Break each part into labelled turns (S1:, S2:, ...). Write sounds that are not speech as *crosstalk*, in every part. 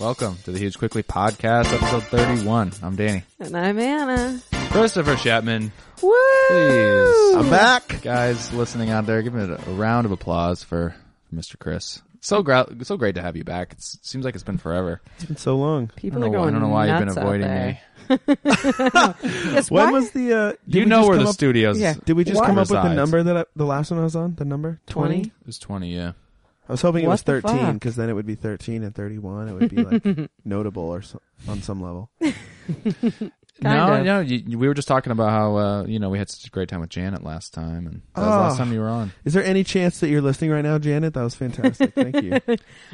S1: Welcome to the Huge Quickly Podcast, episode 31. I'm Danny.
S2: And I'm Anna.
S1: Christopher Chapman.
S2: Woo!
S1: Please.
S3: I'm back.
S1: Guys listening out there, give me a round of applause for Mr. Chris. So, gra- so great to have you back. It seems like it's been forever.
S3: It's been so long.
S1: I don't
S2: People
S1: know,
S2: are
S1: why-
S2: going
S1: I don't know why you've been
S2: nuts out
S1: avoiding
S2: there.
S1: me.
S2: Yes,
S3: When
S2: why-
S3: was the? Uh, did
S1: You
S3: we
S1: know
S3: just
S1: where
S3: come
S1: the
S3: up-
S1: studios
S2: Yeah.
S3: Did we just
S2: What?
S3: come up with the
S1: resides.
S3: number that I, the last one I was on? The number
S2: 20?
S1: It was 20, yeah.
S3: I was hoping it
S2: What
S3: was
S2: the
S3: thirteen
S2: fuck?
S3: because then it would be thirteen and thirty-one. It would
S2: *laughs*
S3: be like notable or so, on some level.
S1: no,
S2: Kind of.
S1: no, you, you- we were just talking about how, uh, you know, we had such a great time with Janet last time, and that was the
S2: Oh.
S1: last
S3: Ah.
S1: time you were on.
S3: Is there any chance that you're listening right now, Janet? That was fantastic.
S2: *laughs*
S3: Thank you.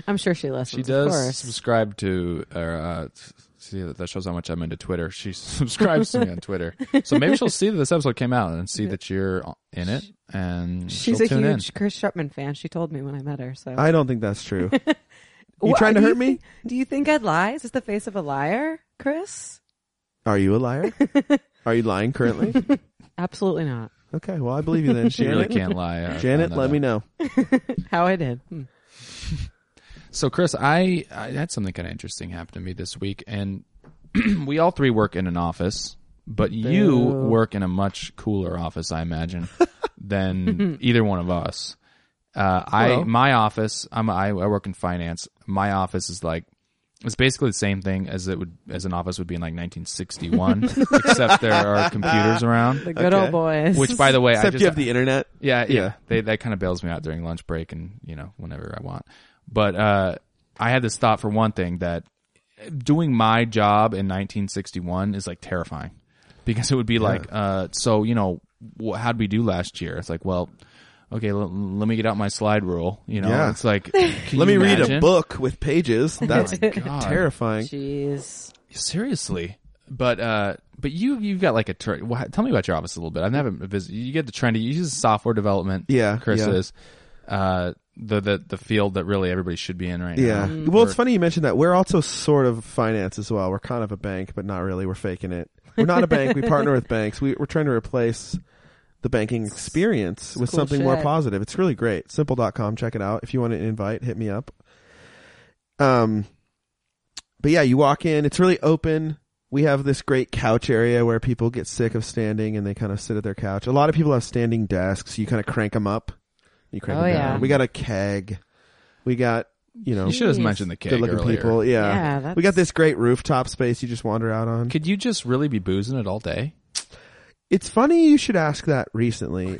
S2: I'm sure she listens.
S1: She
S2: Of
S1: does
S2: course.
S1: subscribe to, or, uh, see, that that shows how much I'm into Twitter. She *laughs* subscribes to me on Twitter. So maybe she'll see that this episode came out and see that you're in it, and
S2: She's
S1: she'll
S2: a
S1: tune in.
S2: huge Chris Shepman fan. She told me when I met her. So
S3: I don't think that's
S2: *laughs*
S3: true. You
S2: Wha-
S3: trying to
S2: do
S3: hurt
S2: you *laughs*
S3: me?
S2: thi- do you think I'd lie? Is this the face of a liar, Chris?
S3: Are you
S2: *laughs*
S3: a liar? Are you lying currently?
S2: Absolutely not.
S3: Okay. Well, I believe you
S1: *laughs*
S3: then,
S1: She really
S3: Janet.
S1: can't lie. I
S3: Janet,
S1: found that
S3: let
S1: out.
S3: me know.
S2: How I did. Hmm.
S1: So, Chris, I, I had something kind of interesting happen to me this week, and *clears throat* we all three work in an office, but you
S2: Boo.
S1: work in a much cooler office, I
S3: *laughs*
S1: imagine, than either one of us. Uh, I
S3: Hello.
S1: my office, I'm I, I work in finance. My office is like it's basically the same thing as it would as an office would be in like
S3: *laughs*
S1: 1961, except there are computers around.
S2: The good
S3: Okay.
S2: old boys.
S1: Which, by the way, I
S3: Except
S1: just
S3: you have the internet.
S1: yeah, yeah.
S3: Yeah.
S1: They that kind of bails me out during lunch break and you know whenever I want. But uh, I had this thought for one thing that doing my job in 1961 is like terrifying because it would be like uh, so you know wh- how would we do last year? It's like well. Okay, l- let me get out my slide rule. You know,
S3: Yeah.
S1: it's like can
S3: Let me
S1: you
S3: read a
S1: imagine? Oh
S3: book with pages. That's
S1: God.
S3: terrifying.
S2: *laughs* Jeez.
S1: Seriously, but uh, but you you've got like a tr- wha- tell me about your office a little bit. I haven't visited. You get the trendy. You use software development.
S3: Yeah,
S1: Chris
S3: yeah.
S1: is uh, the the the field that really everybody should be in right
S3: Yeah.
S1: now.
S3: Well, it's funny you mentioned that. We're also sort of finance as well. We're kind of a bank, but not really. We're faking it. We're not a bank. We partner with banks. We, we're trying to replace the banking experience with
S2: cool
S3: something more
S2: shit.
S3: positive. It's really great. Simple.com. Check it out. If you want an invite, hit me up. Um, but yeah, you walk in. It's really open. We have this great couch area where people get sick of standing and they kind of sit at their couch. A lot of people have standing desks. You kind of crank them up. You crank
S2: Oh,
S3: them
S2: yeah.
S3: down. We got a keg. We got, you know,
S1: You should have
S2: Jeez.
S1: mentioned the keg
S3: good looking
S1: earlier.
S3: people. Yeah.
S2: Yeah, that's-
S3: we got this great rooftop space you just wander out on.
S1: Could you just really be boozing it all day?
S3: It's funny you should ask that
S2: *laughs*
S3: recently.
S1: You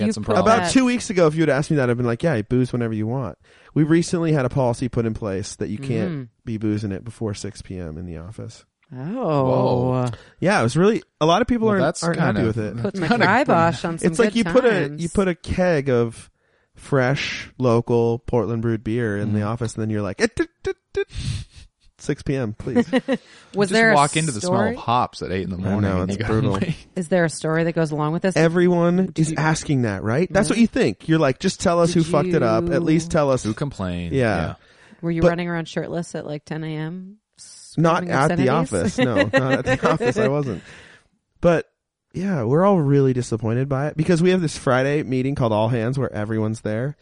S1: had some
S2: put
S1: problems.
S3: About
S2: that-
S3: two weeks ago, if you had asked me that, I'd been like, yeah, you booze whenever you want. We recently had a policy put in place that you can't
S2: Mm-hmm.
S3: be boozing it before 6 p.m. in the office.
S2: Oh.
S1: Whoa.
S3: Yeah, it was really, a lot of people
S1: Well,
S3: aren't,
S1: that's
S3: aren't
S1: kind
S3: happy
S1: of-
S3: with it.
S2: Putting the
S1: Kinda-
S2: kibosh on some
S3: It's like
S2: good
S3: you put a,
S2: times.
S3: you put a keg of fresh local Portland brewed beer in the
S2: Mm-hmm.
S3: office and then you're like, "Eh, dit, dit, dit." 6 p.m., please.
S1: just
S2: Was there a
S1: walk into the smell
S2: story-
S1: of hops at eight in the morning.
S3: know,
S1: and
S3: it's
S1: you go, *laughs*
S3: brutal.
S1: like,
S2: Is there a story that goes along with this?
S3: Everyone is asking that, right? That's what you think. You're like, just tell us
S2: Did
S3: who fucked it up. At least tell us
S1: Who complained?
S3: Yeah.
S2: Were you
S3: But-
S2: running around shirtless at like 10 a.m.?
S3: not
S2: Screaming
S3: at the
S2: obscenities?
S3: office. No,
S2: *laughs*
S3: not at the office. I wasn't. But yeah, we're all really disappointed by it because we have this Friday meeting called All Hands where everyone's there.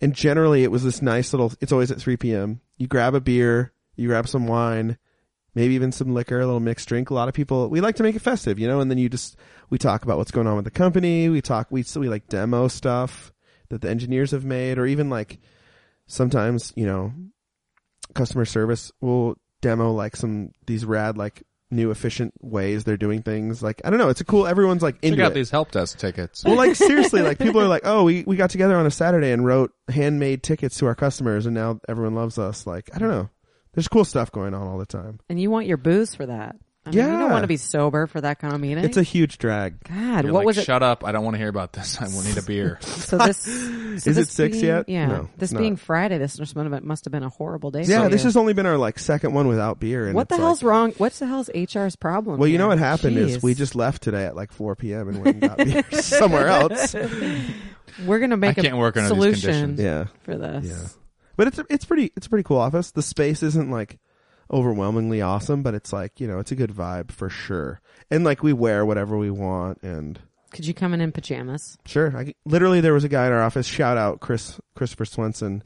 S3: And generally it was this nice little, it's always at 3 p.m. You grab a beer, you grab some wine, maybe even some liquor, a little mixed drink. A lot of people, we like to make it festive, you know, and then you just, we talk about what's going on with the company. We talk, we, so we like demo stuff that the engineers have made or even like sometimes, you know, customer service will demo like some, these rad, like new efficient ways they're doing things. Like, I don't know. It's a cool, everyone's like into
S1: Check out
S3: it.
S1: these help desk tickets. *laughs*
S3: Well, like seriously, like people are like, oh, we, we got together on a Saturday and wrote handmade tickets to our customers, and now everyone loves us. Like, I don't know. There's cool stuff going on all the time.
S2: And you want your booze for that. I mean, You don't
S3: Yeah.
S2: want to be sober for that kind of meeting.
S3: It's a huge drag.
S2: God,
S1: You're
S2: what
S1: like,
S2: was it?
S1: Shut up! I don't want to hear about this. I will need a beer.
S2: So this so
S3: Is it
S2: this
S3: six
S2: being-
S3: yet?
S2: Yeah.
S3: No,
S2: this
S3: it's not.
S2: being Friday, this must have been, must have been a horrible day.
S3: Yeah,
S2: for
S3: this
S2: you.
S3: has only been our like second one without beer. And
S2: What the
S3: it's
S2: hell's
S3: like-
S2: wrong? What's the hell's HR's problem?
S3: Well, you know
S2: here?
S3: what happened is
S2: Jeez.
S3: we just left today at like 4 p.m. and went and got beer
S2: *laughs*
S3: *laughs* *laughs* somewhere else.
S2: we're gonna make
S1: I
S2: a
S1: can't work under these
S2: solution
S1: conditions.
S3: Yeah,
S2: for this.
S3: but it's it's pretty it's a pretty cool office. The space isn't like overwhelmingly awesome, but it's like you know it's a good vibe for sure. And like we wear whatever we want and.
S4: Could you come in in pajamas?
S3: Sure. I, literally, there was a guy in our office. Shout out Chris
S2: *laughs*
S3: Christopher Swenson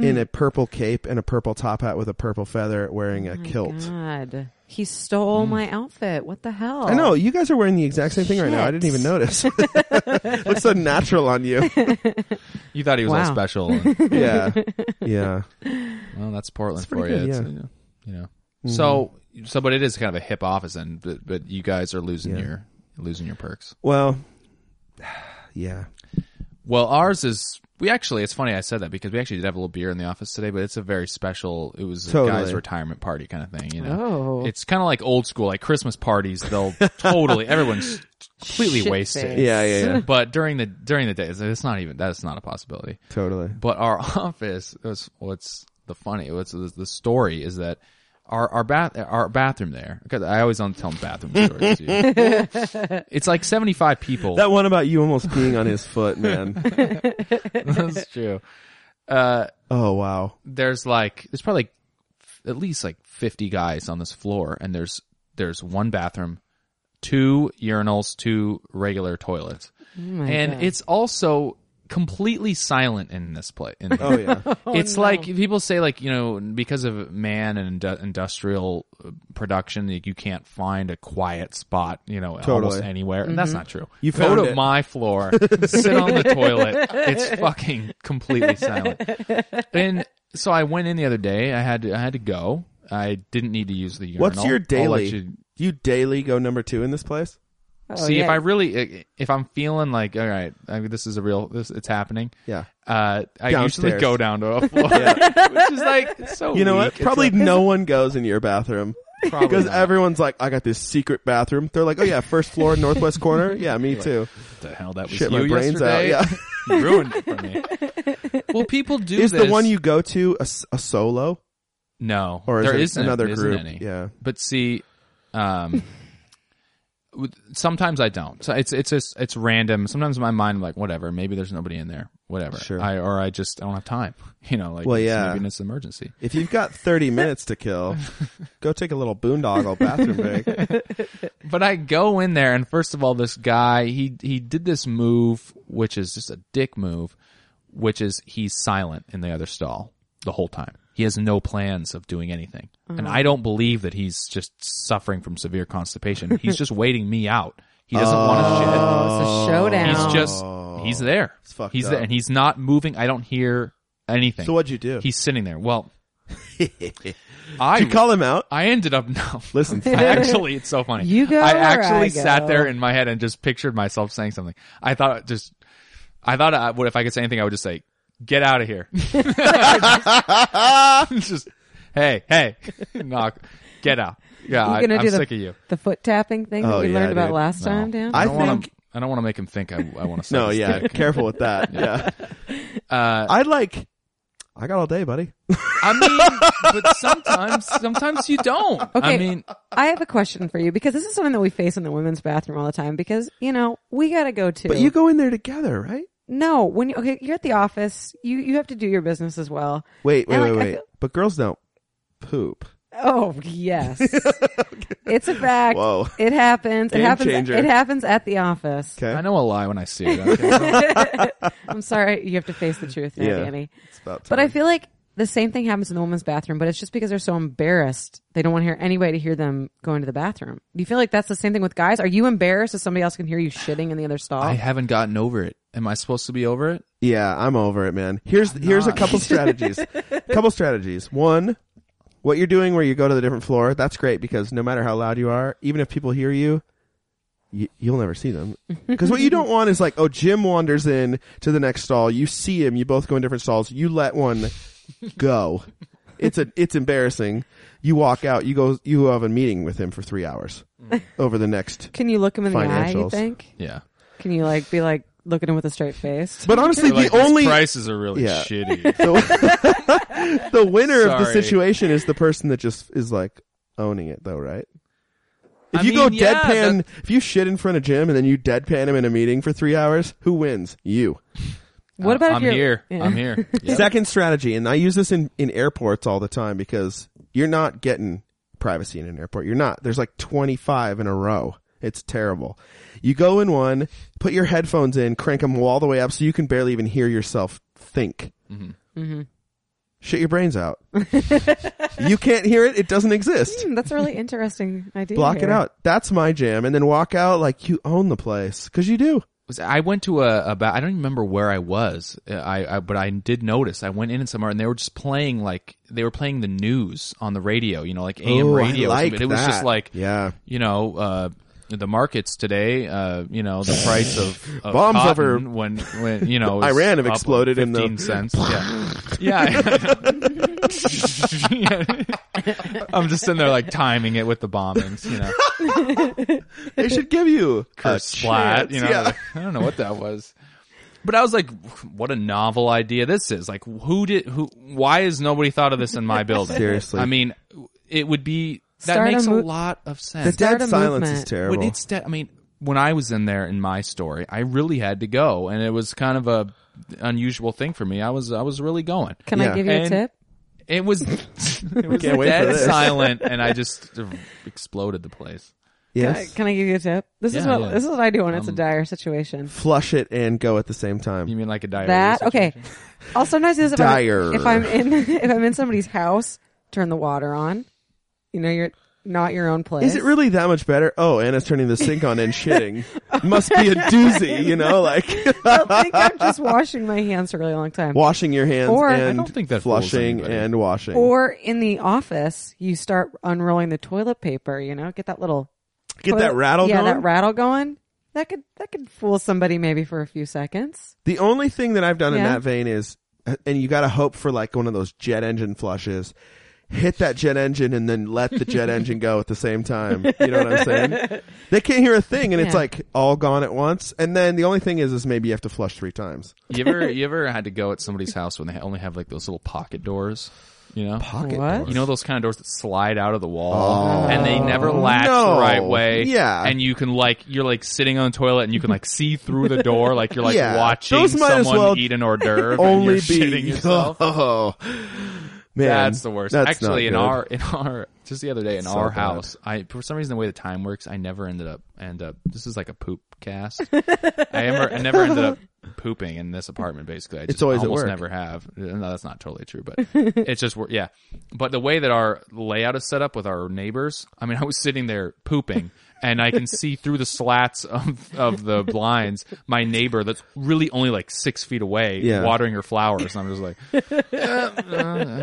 S3: in a purple cape and a purple top hat with a purple feather, wearing
S2: Oh
S3: a
S4: My
S3: kilt. Mm.
S4: God. He stole my outfit. What the hell?
S3: I know you guys are wearing the exact same thing right now. I didn't
S4: Shit.
S3: even notice. *laughs* Looks so natural
S1: *laughs*
S3: on you.
S1: You thought he was all
S4: Wow.
S2: *laughs*
S1: special. and-
S3: Yeah, yeah.
S1: well, that's Portland
S3: It's
S1: for
S3: pretty
S1: you.
S3: good,
S1: It's,
S3: yeah. Mm-hmm.
S1: uh, you know. So, so, but it is kind of a hip office, and but, but you guys are losing
S3: Yeah.
S1: your losing your perks.
S3: Well, *sighs* yeah.
S1: Well, ours is we actually. It's funny I said that because we actually did have a little beer in the office today, but it's a very special. It was
S3: Totally.
S1: a guy's retirement party kind of thing. You know,
S4: Oh.
S1: it's kind of like old school, like Christmas parties. They'll totally
S3: *laughs*
S1: everyone's completely
S4: Shit
S1: wasted.
S4: face.
S3: Yeah, yeah, yeah.
S1: But during the during the day, it's- it's not even that's not a possibility.
S3: *laughs* Totally.
S1: But our *laughs* office, was, what's the funny, what's the, the story is that our our bath our bathroom there because I always on tell 'em bathroom stories. to you. it's like seventy five people.
S3: That one about you almost being on his
S1: *laughs*
S3: foot, man.
S1: That's true.
S3: Oh wow.
S1: There's like there's probably like f- at least like fifty guys on this floor, and there's there's one bathroom, two urinals, two regular toilets, and
S4: God.
S1: it's also completely silent in this place. In *laughs*
S3: Oh yeah.
S2: *laughs*
S1: it's like people say like you know because of man and indu- industrial uh, production like, you can't find a quiet spot you know almost
S3: Totally.
S1: anywhere
S2: Mm-hmm.
S1: and that's not true
S3: You
S1: go
S3: found
S1: to
S3: it.
S1: my floor sit on the toilet it's
S2: *laughs*
S1: fucking completely silent and so i went in the other day i had to, i had to go i didn't need to use the urinal
S3: What's your
S1: I'll let
S3: daily?
S1: you-
S3: Do you daily go number two in
S1: *laughs*
S3: this place?
S2: Oh,
S1: see if
S2: yeah.
S1: i really if i'm feeling like all right I mean, this is a real this it's happening
S3: Yeah.
S1: uh, I usually
S3: Downstairs.
S1: go down to a floor, *laughs*
S3: *laughs*
S1: which is like it's so.
S3: You know
S1: weak.
S3: what?
S1: It's
S3: Probably no one goes in your bathroom.
S1: *laughs* Probably
S3: *laughs* Because
S1: not.
S3: everyone's like, I got this secret bathroom. They're like, oh yeah, first floor, northwest corner. Yeah, me too.
S1: the hell that was
S3: Shit,
S1: you
S3: my brain's out.
S1: yesterday.
S3: Yeah.
S1: you ruined it for me. *laughs* Well, people *laughs* do.
S3: Is
S1: this.
S3: the one you go to a, s- a solo
S1: no
S3: or is
S1: there
S3: it
S1: isn't
S3: another
S1: isn't
S3: group?
S1: any.
S3: Yeah.
S1: but see, um, *laughs* with- sometimes I don't. So it's it's just, it's random. Sometimes in my mind I'm like whatever. Maybe there's nobody in there. Whatever.
S3: Sure.
S1: I or I just I don't have time. *laughs* You know, like
S3: Well,
S1: it's-
S3: yeah.
S1: maybe it's an emergency.
S3: If you've got 30 minutes to kill, go take a little boondoggle bathroom break.
S1: But I go in there, and first of all, this guy he he did this move, which is just a dick move, which is he's silent in the other stall the whole time. He has no plans of doing anything, and I don't believe that he's just suffering from severe
S3: *laughs*
S1: constipation. He's just waiting me out. He doesn't want
S4: Oh, it's a showdown.
S1: to shit. He's just he's there.
S3: It's fucked
S1: he's
S3: up.
S1: there, and he's not moving. I don't hear anything.
S3: So what'd you do?
S1: He's sitting there.
S3: *laughs*
S1: Well,
S3: you
S1: I
S3: call him out.
S1: I ended up *laughs* no.
S3: Listen,
S2: *laughs*
S3: *laughs*
S1: I actually, it's so funny.
S2: You go
S1: I
S2: or
S1: actually
S2: I
S1: sat
S2: go.
S1: there in my head and just pictured myself saying something. I thought just, I thought I, what if I could say anything? I would just say, "Get out of
S2: *laughs*
S1: here!" *laughs* just, hey, hey, *laughs* knock, get out. Yeah,
S2: You
S1: I,
S2: gonna
S1: am
S2: do the-
S1: sick of you.
S2: the foot tapping thing that
S3: Oh,
S2: we
S3: yeah,
S2: learned about
S3: dude.
S2: last
S1: No.
S2: time, Dan.
S1: I
S3: I
S1: don't want to.
S3: think-
S1: I don't want to make him think I, I
S3: *laughs*
S1: want to.
S3: no, yeah. Careful with that. Yeah.
S1: Uh,
S3: I'd like, I got all day, buddy.
S1: I mean, but sometimes, sometimes you don't. I
S2: Okay.
S1: mean,
S2: I have a question for you because this is something that we face in the women's bathroom all the time because, you know, we gotta go to.
S3: But you go in there together, right?
S2: No, when you, okay, you're at the office, you, you have to do your business as well.
S3: Wait, wait,
S2: And,
S3: wait,
S2: like, I
S3: wait.
S2: feel-
S3: But girls don't poop.
S2: Oh,
S3: *laughs*
S2: yes. It's a fact.
S3: Whoa.
S2: It happens.
S3: Game
S2: it happens.
S3: changer.
S2: It happens at the office.
S3: Okay.
S1: I know a lie when I see it. Okay?
S2: I'm sorry. You have to face the truth now,
S3: Yeah.
S2: Danny.
S3: It's about
S2: But I
S3: time.
S2: feel like the same thing happens in the women's bathroom, but it's just because they're so embarrassed. They don't want to hear anybody to hear them going to the bathroom. Do you feel like that's the same thing with guys? Are you embarrassed if somebody else can hear you shitting in the other stall?
S1: I haven't gotten over it. Am I supposed to be over it?
S3: Yeah, I'm over it, man. Here's here's a
S1: not. *laughs*
S3: couple strategies. couple strategies. One, what you're doing where you go to the different floor, that's great because no matter how loud you are, even if people hear you, you you'll never
S1: *laughs*
S3: see them. Because what you don't want is like, oh, Jim wanders in to the next stall, you see him, you both go in different stalls, you let one go. It's a it's embarrassing. You walk out, you go you have a meeting with him for three hours
S1: Mm.
S3: over the next
S2: can you look him in the eye? You
S3: Financials.
S2: think?
S1: Yeah.
S2: Can you like be like looking at him with a straight
S3: *laughs*
S2: face?
S3: But honestly,
S1: Like,
S3: the
S1: these
S3: only
S1: prices are really
S3: Yeah. *laughs*
S1: shitty.
S3: the, *laughs* the winner of the
S1: Sorry.
S3: situation is the person that just is like owning it though right if
S1: I
S3: you go
S1: mean, yeah,
S3: deadpan if you shit in front of jim and then you deadpan him in a meeting for three hours who wins you
S2: What about if
S1: I'm
S2: you're-
S1: here?
S2: Yeah.
S1: I'm
S3: *laughs*
S1: here. Yep.
S3: second strategy and i use this in, in airports all the time because you're not getting privacy in an airport you're not there's like 25 in a row It's terrible. You go in one, put your headphones in, crank them all the way up so you can barely even hear yourself think.
S1: Mm-hmm.
S3: Shit your brains out. *laughs* you can't hear it. It doesn't exist.
S2: Hmm, that's a really interesting idea.
S3: Block it
S2: here.
S3: out. That's my jam. And then walk out like you own the place because you do.
S1: was- I went to a about I don't even remember where I was. Uh, I, I but I did notice I went in somewhere and they were just playing like they were playing the news on the radio, you know, like AM
S3: Ooh, Oh, I
S1: radio. or
S3: like
S1: something. it was just
S3: that.
S1: like
S3: Yeah.
S1: you know, uh, the markets today, uh, you know, the price of, of
S3: Bombs
S1: cotton
S3: over-
S1: when when you know is
S3: Iran have
S1: up
S3: exploded in the-
S1: 15
S3: *laughs*
S1: cents. Yeah, yeah. *laughs* Yeah. I'm just sitting there like timing it with the bombings, you know,
S3: They should give you a
S1: *laughs* curse splat.
S3: chance.
S1: You know,
S3: Uh, Yeah.
S1: like, I don't know what that was. But I was like, what a novel idea this is. Like, who did, who, why has nobody thought of this in my building?
S3: Seriously.
S1: I mean, it would be, that
S2: Start a
S1: makes a,
S2: mo-
S1: lot of sense.
S3: The
S2: Start
S3: dead
S2: a
S3: silence
S2: movement.
S3: is terrible.
S1: Well, it's de- I mean, when I was in there in my story, I really had to go, and it was kind of a unusual thing for me. I was I was really going.
S2: Can
S3: Yeah.
S2: I give you
S1: And-
S2: a tip?
S1: It was
S3: *laughs*
S1: it was
S3: Can't wait for
S1: dead
S3: this.
S1: silent, and I just *laughs* exploded the place.
S2: Can
S3: yes.
S2: I- Can I give you a tip? This is
S1: Yeah,
S2: what
S1: yeah. Um,
S2: this is what I do when it's a dire situation.
S3: Flush it and go at the same time.
S1: You mean like a diarrhea?
S2: That okay.
S3: *laughs*
S1: situation?
S2: I'll sometimes do this if,
S3: Dire.
S2: I'm, if I'm in *laughs* if I'm in somebody's house, turn the water on. You know, you're not your own place.
S3: Is it really that much better? Oh, Anna's turning the sink on *laughs* and shitting. Must be a doozy, you *laughs* know, like
S2: I think I'm just washing my hands for a really long time.
S3: washing your hands
S2: Or- I
S3: and
S1: don't think that fools
S3: flushing
S1: anybody.
S3: and washing.
S2: Or in the office, you start unrolling the toilet paper. You know, get that little
S3: Get that
S2: toilet-
S3: rattle
S2: Yeah,
S3: going.
S2: that rattle going. That could that could fool somebody maybe for a few seconds.
S3: the only thing that I've done in
S2: Yeah.
S3: that vein is, uh, and you got to hope for like one of those jet engine flushes. Hit that jet engine and then let the *laughs* jet engine go at the same time. You know what I'm *laughs* saying? They can't hear a thing, and it's
S2: Yeah.
S3: like all gone at once. And then the only thing is, is maybe you have to flush three times.
S1: You ever you ever had to go at somebody's house when they only have like those little pocket doors? You know,
S3: Pocket
S2: What?
S3: doors.
S1: You know those kind of doors that slide out of the wall and they never latch
S3: No.
S1: the right way.
S3: Yeah.
S1: And you can like you're like sitting on the toilet and you can like see through the door like you're like
S3: *laughs* Yeah.
S1: watching
S3: Those might as
S1: someone
S3: well
S1: eat an hors d'oeuvre and *laughs*
S3: only
S1: you're
S3: be
S1: shitting yourself.
S3: *laughs* Oh, man,
S1: that's the worst.
S3: that's not
S1: Actually in
S3: good.
S1: our in our just the other day in
S3: So
S1: our
S3: bad.
S1: house, I for some reason the way the time works, I never ended up end up this is like a poop cast. I ever I never ended up pooping in this apartment basically. I just
S3: always at
S1: almost
S3: work.
S1: never have. No, that's not totally true, but it's just wor- yeah. But the way that our layout is set up with our neighbors, I mean I was sitting there pooping and I can see through the slats of, of the blinds my neighbor that's really only like six feet away
S3: Yeah.
S1: watering her flowers and I'm just like *laughs* eh,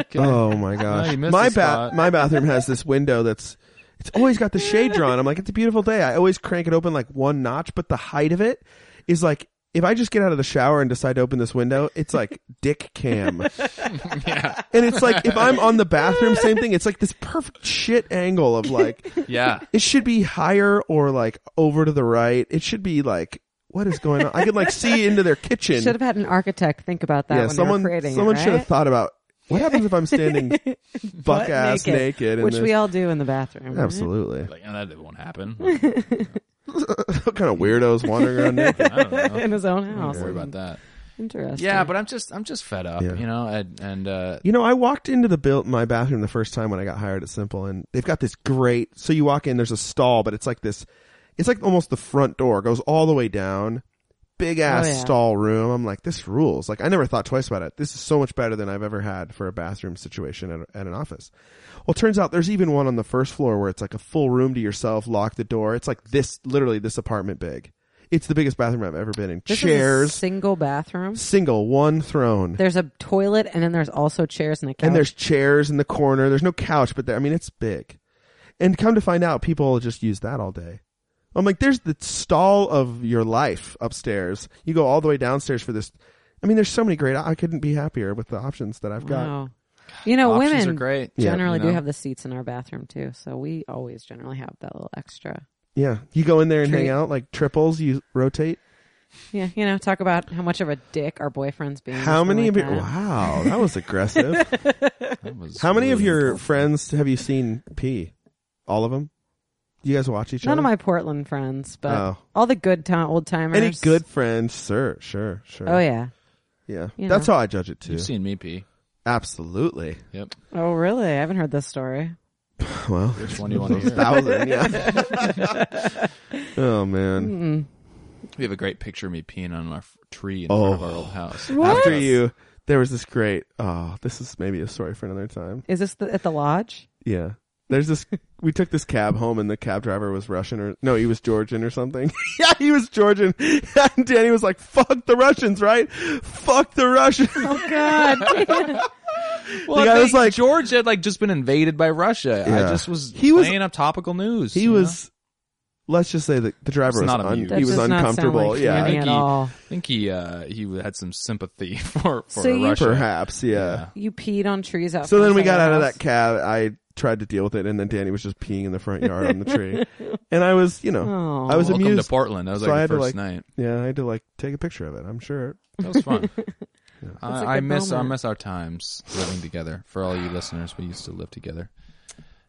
S1: okay.
S3: *laughs* Oh
S1: *laughs*
S3: my
S1: No,
S3: gosh.
S1: you missed the
S3: my
S1: spot.
S3: my bathroom has this window that's it's always got the shade drawn. I'm like, it's a beautiful day. I always crank it open like one notch, but the height of it is like if I just get out of the shower and decide to open this window, it's like dick cam.
S1: *laughs*
S3: And it's like if I'm on the bathroom, same thing. It's like this perfect shit angle of like *laughs*
S1: Yeah.
S3: it should be higher or like over to the right. It should be like what is going on? I can like see into their kitchen.
S2: Should have had an architect think about that
S3: yeah,
S2: when
S3: someone
S2: they were creating
S3: someone
S2: it,
S3: should
S2: right?
S3: have thought about what happens if I'm standing buck
S2: *laughs* Butt
S3: ass naked, in
S2: which
S3: this?
S2: we all do in the bathroom. right?
S3: Absolutely.
S1: Like, "Oh, that won't *laughs* happen.
S3: what kind of weirdos wandering around naked?
S1: I don't know.
S2: *laughs* in his own
S1: Don't
S2: house.
S1: worry about that.
S2: Interesting.
S1: Yeah, but I'm just I'm just fed up,
S3: Yeah.
S1: you know, and, and uh
S3: You know, I walked into the built my bathroom the first time when I got hired at Simple, and they've got this great. So you walk in, there's a stall, but it's like this. It's like almost the front door goes all the way down, big ass
S2: Oh, yeah.
S3: stall room. I'm like, this rules. Like I never thought twice about it. This is so much better than I've ever had for a bathroom situation at, at an office. Well, turns out there's even one on the first floor where it's like a full room to yourself, lock the door. It's like this, literally this apartment big. It's the biggest bathroom I've ever been in.
S2: This is a
S3: Chairs,
S2: single bathroom.
S3: single one throne
S2: There's a toilet, and then there's also chairs and a couch.
S3: and there's chairs in the corner there's no couch but there i mean it's big and come to find out people just use that all day i'm like there's the stall of your life upstairs you go all the way downstairs for this i mean there's so many great i couldn't be happier with the options that i've got
S2: wow. You know,
S1: options
S2: women
S1: are great.
S3: Yeah,
S2: generally
S1: you know?
S2: do have the seats in our bathroom too, so we always generally have that little extra.
S3: yeah you go in there and hang
S2: Treat.
S3: out like triples you rotate
S2: Yeah, you know, talk about how much of a dick our boyfriends being.
S3: how
S2: like
S3: many of your
S2: that.
S3: wow that was aggressive
S2: *laughs*
S1: That was
S3: how many of
S1: really-
S3: your friends have you seen pee all of them you guys watch each
S2: None
S3: other
S2: of my Portland friends, but
S3: Oh.
S2: all the good time old timers.
S3: any good friends sure sure sure
S2: Oh yeah.
S3: yeah
S2: You
S3: that's
S2: know.
S3: how i judge it too
S1: You've seen me pee.
S3: Absolutely.
S1: Yep.
S2: Oh really? I haven't heard this story.
S3: *laughs* *laughs* Well,
S1: Which one do you want to hear?
S3: thousand. Yeah. *laughs* oh man.
S2: Mm.
S1: We have a great picture of me peeing on our f- tree in
S3: Oh.
S1: front of our old house.
S3: After you, there was this great. Oh, this is maybe a story for another time.
S2: Is this the, at the lodge?
S3: Yeah. There's this. We took this cab home, and the cab driver was Russian, or no, he was Georgian or something. *laughs* yeah, he was Georgian. *laughs* and Danny was like, "Fuck the Russians, right? Fuck the Russians."
S2: Oh, *laughs*
S1: Well,
S3: The guy
S1: I
S3: was
S1: was
S3: like-
S1: like George had like just been invaded by Russia.
S3: Yeah.
S1: I just was
S3: He
S1: he
S3: was-
S1: was playing up topical news.
S3: *laughs* He
S1: you
S3: was. Let's just say that the driver
S1: It's
S3: was
S1: not
S3: un-
S1: amused. That
S3: he was
S2: does not sound
S3: uncomfortable.
S2: like
S3: yeah,
S1: know? I
S2: Danny
S1: think
S2: at
S1: he,
S2: all.
S1: I think he uh, he had some sympathy *laughs* for for
S2: So you-
S1: Russia.
S3: perhaps. Yeah.
S2: You peed on trees out.
S3: So
S2: front
S3: then we
S2: of
S3: got
S2: our
S3: out of
S2: house.
S3: that cab. I tried to deal with it, and then Danny was just peeing in the front
S2: *laughs*
S3: yard on the tree, and I was, you know,
S2: Oh.
S3: I was
S1: Welcome
S3: amused.
S1: to Portland. That was
S3: So
S1: like
S3: I
S1: the
S3: had to,
S1: first
S3: like-
S1: night.
S3: yeah, I had to like take a picture of it. I'm sure.
S1: That was
S2: *laughs*
S1: fun.
S2: That's a
S1: I, I
S2: good
S1: miss I
S2: moment.
S1: miss our times living together. For all you listeners, we used to live together.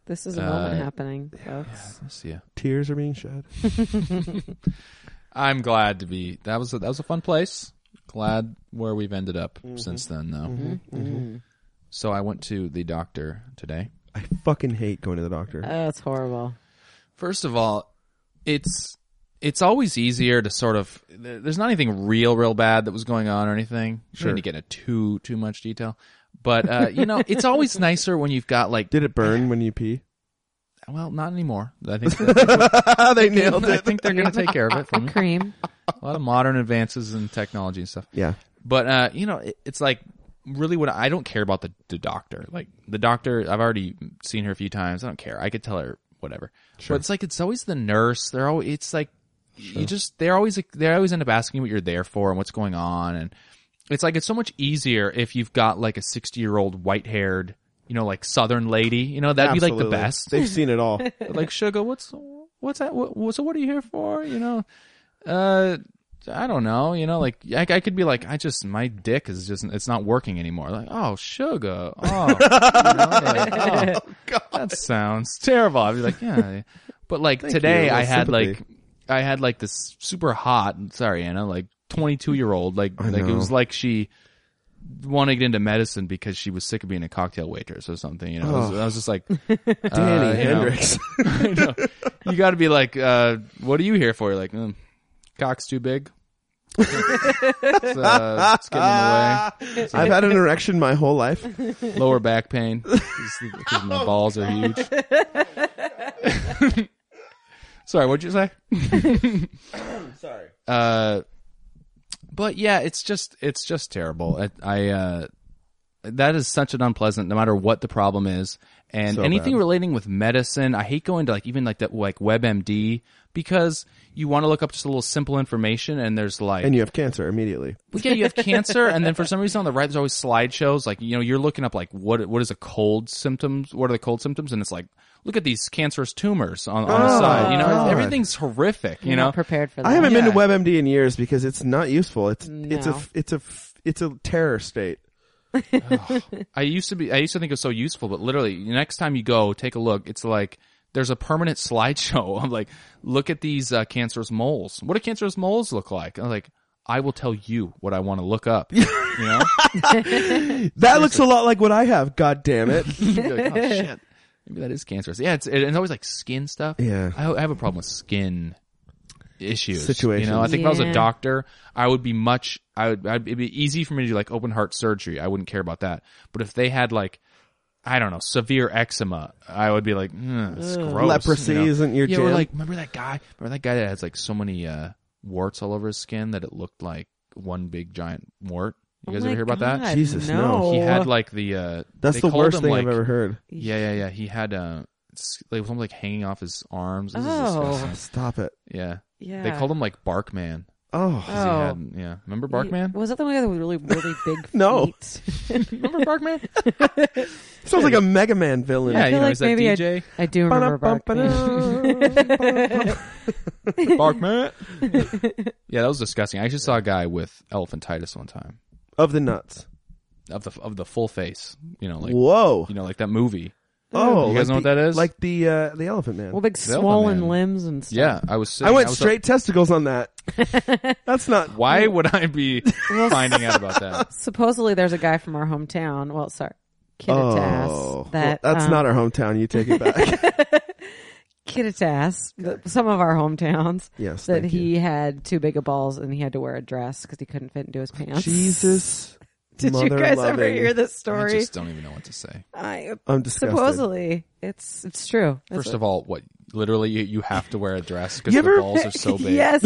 S2: This is a
S1: Uh,
S2: moment happening, folks.
S3: *laughs*
S1: Miss you.
S3: Tears are being shed.
S1: I'm glad to be. That was a, that was a fun place. Glad where we've ended up
S2: Mm-hmm.
S1: since then, though. Mm-hmm. So I went to the doctor today.
S3: I fucking hate going to the doctor.
S2: Oh, that's horrible.
S1: First of all, it's it's always easier to sort of. there- There's not anything real, real bad that was going on or anything. Sure, need to get into too too much detail, but uh, you know, it's always
S2: *laughs*
S1: nicer when you've got like.
S3: Did it burn when you pee?
S1: Well, not anymore. I
S3: *laughs*
S1: think
S3: they nailed
S1: I think they're going to take care of it for me.
S2: Cream.
S1: A lot of modern advances in technology and stuff.
S3: Yeah.
S1: But uh, you know, it, it's like really what I don't care about the, the doctor. Like the doctor, I've already seen her a few times. I don't care. I could tell her whatever. But it's like it's always the nurse. They're always it's like you just they're always they always end up asking you what you're there for and what's going on and it's like it's so much easier if you've got like a 60 year old white haired you know like southern lady you know that'd be like
S3: Absolutely.
S1: the best
S3: They've seen
S2: *laughs*
S3: it all. Uh,
S1: like sugar what's what's that what, what- so what are you here for you know uh i don't know you know like I, I could be like i just my dick is just it's not working anymore like oh sugar oh, you know, like,
S3: *laughs*
S1: oh, that sounds terrible i'd be like yeah yeah. but like today
S3: you.
S1: i
S3: That's
S1: had like
S3: sympathy.
S1: i had like this super hot sorry anna like 22 year old like like it
S3: know.
S1: was like she wanted to get into medicine because she was sick of being a cocktail waitress or something you know I, was, I was just like
S3: *laughs* Danny
S1: uh, you know,
S3: Hendricks.
S2: *laughs*
S1: you got to be like, uh, what are you here for? You're like, mm, cock's too big. *laughs* it's, uh, it's getting in
S3: *laughs* I've had an erection my whole life.
S1: the way. Lower back pain because my balls are huge. *laughs* Sorry, what'd you say?
S3: *coughs* Sorry.
S1: Uh, but yeah, it's just it's just terrible. I, I uh, that is such an unpleasant, no matter what the problem is, and
S3: So
S1: anything
S3: bad.
S1: relating with medicine. I hate going to like even like that like WebMD because you want to look up just a little simple information, and there's like
S3: And you have cancer immediately.
S1: Well, yeah, you have cancer, and then for some reason on the right, there's always slideshows. Like you know, you're looking up like what what is a cold symptoms? What are the cold symptoms? And it's like, look at these cancerous tumors on, on the
S3: Oh,
S1: side. You know,
S3: God.
S1: everything's horrific. You
S2: *laughs* You're
S1: know,
S2: not prepared for that.
S3: I haven't
S1: Yeah.
S3: been to WebMD in years because it's not useful. It's it's a
S2: No.
S3: it's a it's a terror state.
S1: I used to be. I used to think it was so useful, but literally, next time you go, take a look. It's like there's a permanent *laughs* slideshow. I'm like, look at these uh, cancerous moles. What do cancerous moles look like? I'm like, I will tell you what I want to look up. You know,
S3: That looks a lot like what I have. God damn it!
S2: *laughs*
S1: You're like,
S3: *laughs*
S1: oh shit, maybe that is cancerous. Yeah, it's it- it's always like skin stuff.
S3: Yeah.
S1: I, I have a problem with skin issues.
S3: Situations.
S1: You know, I think if I was
S2: Yeah.
S1: a doctor, I would be much. I would. I'd, it'd be easy for me to do like open heart surgery. I wouldn't care about that. But if they had like. I don't know, severe eczema. I would be like, mm, it's gross.
S3: Leprosy
S1: you know?
S3: isn't your
S1: yeah,
S3: jam.
S1: Or like, remember that guy? Remember that guy that has like so many uh, warts all over his skin that it looked like one big giant wart. You
S2: Oh
S1: guys ever hear about that?
S3: Jesus, Oh no.
S2: no.
S1: He
S3: Oh.
S1: had like the. Uh,
S3: That's
S1: they
S3: the
S1: called
S3: worst
S1: him,
S3: thing
S1: like,
S3: I've ever heard.
S1: Yeah, yeah, yeah. He had uh, s- like something like hanging off his arms. This is
S2: Oh.
S1: disgusting.
S3: Stop it.
S1: yeah.
S2: yeah.
S1: They called him like Barkman.
S3: Oh,
S1: He
S2: Oh.
S1: had- yeah. Remember
S2: *laughs*
S1: Barkman?
S2: Was that the one guy with really, really big
S3: *laughs* No.
S2: feet?
S1: Remember Barkman?
S3: sounds like a Mega Man
S1: *laughs*
S3: villain.
S1: yeah, you know,
S2: like
S1: he's that
S2: maybe I-
S1: DJ.
S2: I do remember Barkman.
S1: Barkman. yeah, that was disgusting. I actually saw a guy with elephantitis one time.
S3: *laughs* of the nuts.
S1: Of the of the full face. You know, like
S3: Whoa!
S1: you know, like that movie.
S3: Oh,
S1: You guys
S3: like
S1: know what
S3: the-
S1: that is?
S3: Like the uh, the Elephant
S2: *laughs*
S3: Man.
S2: Well, big
S1: Zelda
S2: swollen
S1: Man.
S2: limbs and stuff.
S1: Yeah. I was sitting,
S3: I went
S1: was
S3: straight testicles
S2: *laughs*
S3: on that. That's not.
S1: Like, Why would I be finding out about that?
S2: Supposedly, there's a guy from our hometown. Well, sorry, Kittitas. that
S3: Oh, well, that's
S2: um,
S3: not our hometown. You take
S2: *laughs*
S3: it back.
S2: Kittitas, th- some of our hometowns.
S3: yes,
S2: That
S3: thank
S2: he had too big of balls and he had to wear a dress because he couldn't fit into his
S3: you.
S2: pants.
S3: Jesus.
S2: *laughs* Did you
S3: mother
S2: guys ever
S3: loving.
S2: hear this
S1: I
S2: story?
S1: just don't even know what to say.
S2: I,
S3: I'm disgusted.
S2: supposedly, it's it's true. That's
S1: First of all, what literally you, you have to wear a dress because
S3: You
S1: the
S3: ever-
S1: balls
S2: *laughs*
S1: are so big.
S2: Yes,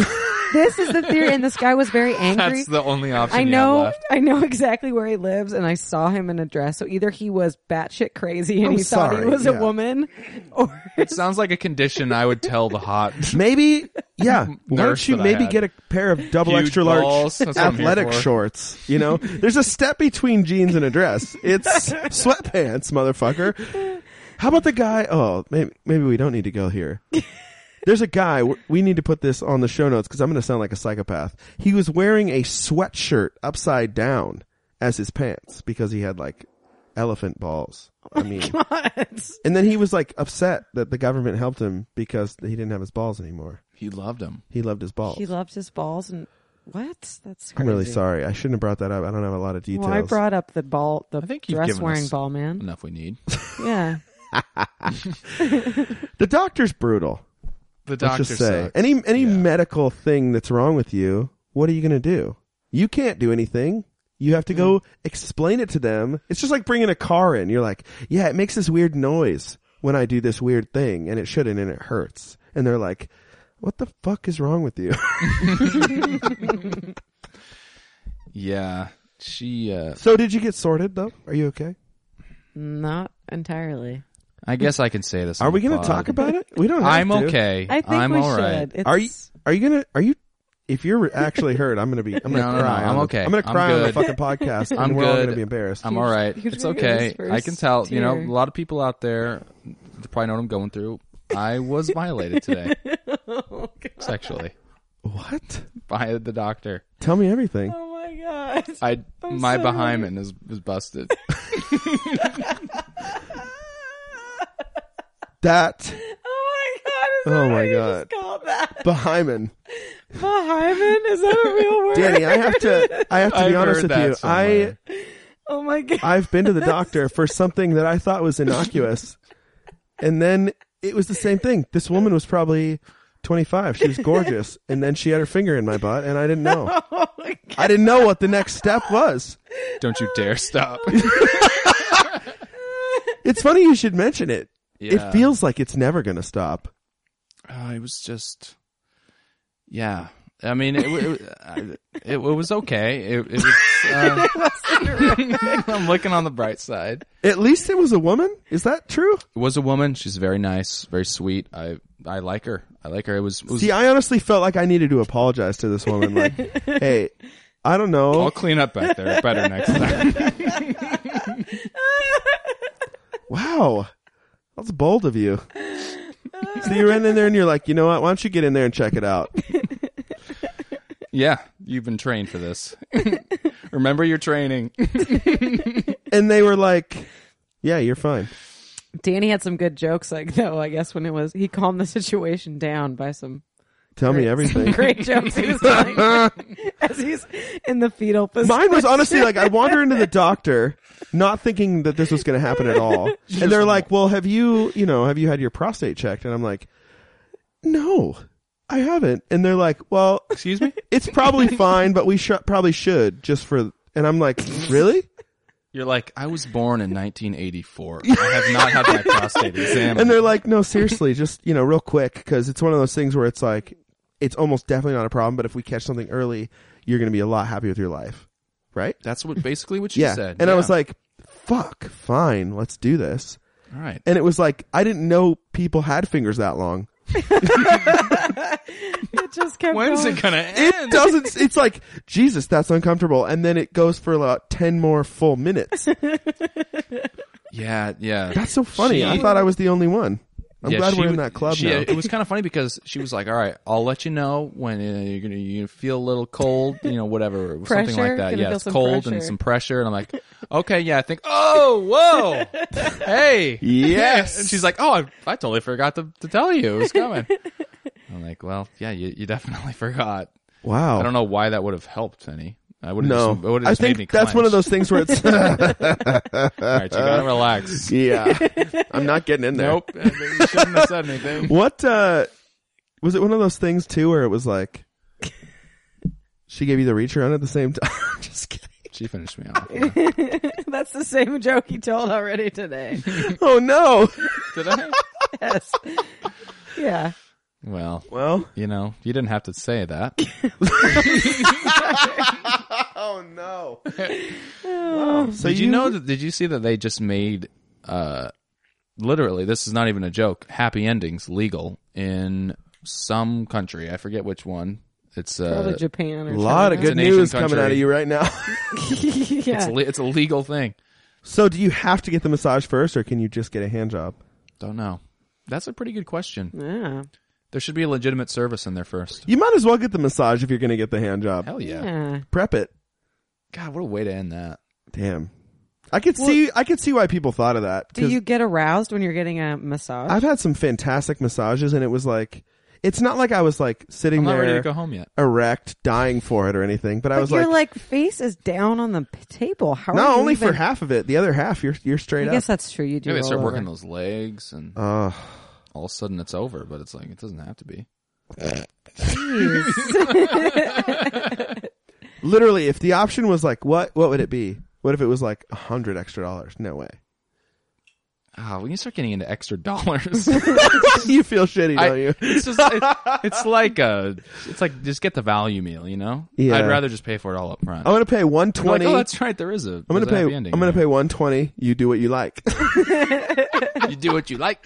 S2: this is the theory, and this guy
S1: *laughs*
S2: was very angry.
S1: That's the only option
S2: I
S1: you have
S2: know,
S1: left.
S2: I know exactly where he lives, and I saw him in a dress. So either he was batshit crazy and
S3: I'm
S2: he thought
S3: sorry,
S2: he was
S3: yeah.
S2: a woman, or *laughs*
S1: It sounds like a condition I would tell the hot *laughs*
S3: Maybe, yeah. Why
S1: Nurse
S3: don't you
S1: that I
S3: maybe
S1: had.
S3: get a pair of double
S1: Huge
S3: extra large
S1: balls, that's what I'm here
S3: athletic
S1: for.
S3: shorts?
S1: *laughs*
S3: You know, there's a step between jeans and a dress. It's sweatpants, motherfucker. How about the guy? Oh, maybe, maybe we don't need to go here.
S1: *laughs*
S3: There's a guy. w- We need to put this on the show notes because I'm going to sound like a psychopath. He was wearing a sweatshirt upside down as his pants because he had like elephant balls. I mean,
S1: *laughs*
S3: and then he was like upset that the government helped him because he didn't have his balls anymore.
S1: He loved him.
S3: He loved his balls.
S2: he loved his balls. And what? That's crazy.
S3: I'm really sorry. I shouldn't have brought that up. I don't have a lot of details.
S2: Well, I brought up the ball, the
S1: I think you've
S2: dress
S1: given
S2: wearing
S1: us-
S2: ball man.
S1: Enough we need.
S2: Yeah,
S3: the doctor's brutal.
S1: The
S3: Let's
S1: doctor
S3: just say
S1: sucks.
S3: any any
S1: Yeah.
S3: medical thing that's wrong with you. What are you going to do? You can't do anything. You have to go
S2: Mm.
S3: explain it to them. It's just like bringing a car in. You're like, yeah, it makes this weird noise when I do this weird thing, and it shouldn't, and it hurts. And they're like, what the fuck is wrong with you? *laughs*
S1: Yeah. She uh
S3: so did you get sorted though? Are you okay?
S2: not entirely.
S1: I guess I can say this.
S3: Are we
S1: going
S3: going
S1: to
S3: to talk about it? We don't. Have
S1: I'm
S3: to.
S1: okay.
S2: I think
S1: I'm
S2: we
S1: all
S2: should.
S1: right.
S2: It's, *laughs*
S3: Are you are you gonna are you if you're actually hurt, I'm gonna be I'm gonna
S1: *laughs* No, no, no,
S3: cry.
S1: I'm
S3: on the-
S1: okay.
S3: I'm gonna
S1: I'm
S3: cry on the
S1: good.
S3: fucking podcast.
S1: I'm
S3: and we're all
S1: good.
S3: gonna be embarrassed.
S1: I'm all right.
S2: Huge
S1: It's
S2: bigger
S1: okay.
S2: than his
S1: I can
S2: first
S1: tell, you know,
S2: tier.
S1: a lot of people out there probably know what I'm going through. I was violated
S2: *laughs*
S1: today
S2: Oh,
S1: sexually
S3: what?
S1: by the doctor.
S3: Tell me everything.
S2: Oh my god!
S1: I my
S2: sorry.
S1: behind is is busted.
S3: That
S2: *laughs* Oh my god! Is that
S3: Oh my
S2: what you
S3: God.
S2: Just called that
S3: Behyman.
S2: Behyman? Is that a real word?
S3: *laughs* Danny, I have to I have to
S1: I've
S3: be honest
S1: heard
S3: with you.
S1: that somewhere.
S3: I
S2: Oh my god!
S3: I've been to
S1: *laughs*
S3: the doctor for something that I thought was innocuous. and then it was the same thing. This woman was probably 25. She was gorgeous. and then she had her finger in my butt and I
S1: *laughs*
S3: didn't know.
S2: *laughs* Oh my god!
S3: I didn't know what the next step was.
S1: Don't you dare stop.
S3: It's funny you should mention it.
S1: Yeah.
S3: It feels like it's never going to stop.
S1: Uh, it was just, yeah. I mean, it it, it, it was okay. It, it was.
S3: *laughs*
S1: Uh, *laughs* I'm looking on the bright side.
S3: At least it was a woman. Is that true?
S1: It was a woman. She's very nice, very sweet. I I like her. I like her. It was. It was
S3: See, I honestly felt like I needed to apologize to this woman. Like, hey, I don't
S1: I'll
S3: know.
S1: clean up back there better
S3: *laughs*
S1: next time.
S3: Wow. That's bold of you. So you ran in there and you're like, you know what? Why don't you get in there and check it out?
S1: yeah, you've been trained for this. *laughs* Remember your training.
S3: And they were like, yeah, you're fine.
S2: Danny had some good jokes, like though I guess when it was he calmed the *laughs* situation down by some
S3: Tell me
S2: great- some
S3: everything.
S2: great jokes he was telling
S3: *laughs*
S2: as he's in the fetal position.
S3: Mine was honestly like, I wander
S1: *laughs*
S3: into the doctor, not thinking that this was going to happen
S1: *laughs*
S3: at all. And they're like, well, have you, you know, have you had your prostate checked? And I'm like, no, I haven't. And they're like, well,
S1: Excuse me.
S3: *laughs* it's
S1: *laughs*
S3: probably fine, but we sh- probably should just for. And I'm like, really?
S1: You're like I was born in 1984. I have not had my prostate examined.
S3: *laughs* And they're like, no, seriously, just you know, real quick, because it's one of those things where it's like, it's almost definitely not a problem, but if we catch something early, you're going to be a lot happier with your life, right?
S1: That's what basically what she
S3: yeah.
S1: said.
S3: and I
S1: Yeah.
S3: was like, fuck, fine, let's do this.
S1: all right.
S3: And it was like, I didn't know people had fingers that long.
S2: it just kept
S1: When's
S2: going.
S1: it gonna end? *laughs*
S3: It doesn't. It's like Jesus, that's uncomfortable, and then it goes for about ten more
S1: *laughs*
S3: full minutes.
S1: Yeah, yeah.
S3: That's so funny.
S1: She-
S3: I thought I was the only one. I'm
S1: Yeah,
S3: glad
S1: she
S3: we're in
S1: w-
S3: that club
S1: she- uh,
S3: now.
S1: It was kind of funny because she was like, "All right, I'll let you know when uh, you're gonna you feel a little cold, you know, whatever, *laughs* something
S2: Pressure?
S1: like that.
S2: Gonna
S1: Yeah,
S2: feel
S1: it's
S2: some
S1: cold and
S2: pressure.
S1: some pressure." And I'm like, "Okay, yeah, I think. Oh, whoa,
S2: *laughs*
S1: hey,
S3: Yes.
S1: And she's like, "Oh, I, I totally forgot to, to tell you it was
S2: *laughs*
S1: coming." I'm like, "Well, yeah, you, you definitely *laughs* forgot.
S3: Wow.
S1: I don't know why that would have helped any. I wouldn't.
S3: Oh. No,
S1: Just, it would've
S3: I
S1: just made me
S3: think that's
S1: clench.
S3: one of those things where it's
S1: *laughs*
S3: *laughs*
S1: All right, you gotta relax.
S3: yeah. I'm not getting in *laughs* there.
S1: Nope. you shouldn't have said anything.
S3: *laughs* What uh was it one of those things too where it was like she gave you the reach around at the same *laughs* time? Just kidding.
S1: She finished me off.
S2: *laughs* That's the same joke he told already
S3: *laughs*
S2: today.
S3: Oh no.
S1: Did
S3: *laughs*
S1: I?
S2: yes. Yeah.
S1: Well,
S3: Well,
S1: you know, you didn't have to say that.
S3: oh no.
S1: So did you, know? That, did you see that they just made, uh, literally, this is not even a joke. Happy endings legal in some country. I forget which one. It's
S2: Probably
S1: uh,
S2: Japan or
S3: A lot of
S1: It's
S3: good
S1: an Asian
S3: news coming
S1: country.
S3: out of you right now.
S2: good.
S1: it's,
S2: *laughs* yeah.
S1: le- it's a legal thing.
S3: so, do you have to get the massage first, or can you just get a hand job?
S1: Don't know. That's a pretty good question.
S2: yeah.
S1: There should be a legitimate service in there first.
S3: You might as well get the massage if you're going to get the hand job.
S1: Hell yeah.
S2: Yeah.
S3: Prep it.
S1: God, what a way to end that.
S3: Damn. I could see. I could see why people thought of that.
S2: Do
S3: 'cause
S2: you get aroused when you're getting a massage?
S3: I've had some fantastic massages, and it was like, it's not like I was like sitting
S1: I'm not
S3: there
S1: ready to go home yet.
S3: erect, dying for it or anything. But I was
S2: but
S3: like,
S2: your like, face is down on the p- table. How?
S3: no,
S2: are you
S3: only
S2: even-
S3: for half of it. The other half, you're you're
S2: I
S3: straight up.
S2: guess that's true. You do.
S1: Maybe they start
S2: roll
S1: working
S2: over.
S1: those legs, and
S3: Ugh.
S1: all of a sudden it's over. But it's like it doesn't have to be.
S3: literally, if the option was like, what what would it be? What if it was like a hundred extra dollars? No way. *laughs*
S1: Ah, when you start getting into *laughs* extra dollars,
S3: you feel shitty,
S1: I-
S3: don't you?
S1: it's just it, it's like a it's like just get the value meal, you know.
S3: Yeah.
S1: I'd rather just pay for it all up front.
S3: I'm gonna pay
S1: I'm
S3: one
S1: like,
S3: twenty.
S1: oh, that's right. There is a.
S3: I'm gonna pay. I'm
S1: Ending.
S3: gonna pay one twenty. You do what you like. *laughs*
S1: pay. *laughs* You do what you like.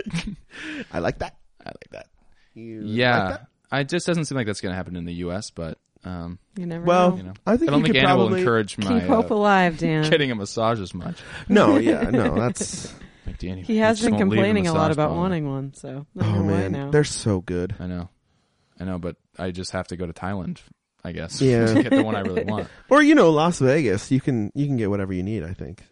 S3: I like that.
S1: I like that.
S3: You
S1: Yeah,
S3: like that?
S1: I it just doesn't seem like that's gonna happen in the U.S. But um,
S2: You never.
S3: Well,
S2: know.
S1: you know,
S3: I think
S1: don't
S3: you
S1: think
S3: could
S1: Anna will
S3: probably-
S1: encourage my
S2: keep hope
S1: uh,
S2: alive,
S1: *laughs*
S2: Dan.
S1: getting a massage as much.
S3: *laughs* No. Yeah. No.
S2: *laughs*
S3: That's.
S1: Like, Danny,
S2: He
S1: you
S2: has
S1: just
S2: been
S1: won't leave
S2: complaining a lot
S1: massage
S2: about
S1: parlor.
S2: wanting one, so I don't know
S3: Oh
S2: why
S3: man,
S2: now.
S3: they're so good.
S1: I know, I know, but I just have to go to Thailand. I guess.
S3: Yeah.
S1: *laughs* to get the one I really want.
S3: Or you know, Las Vegas. You can you can get whatever you need. I think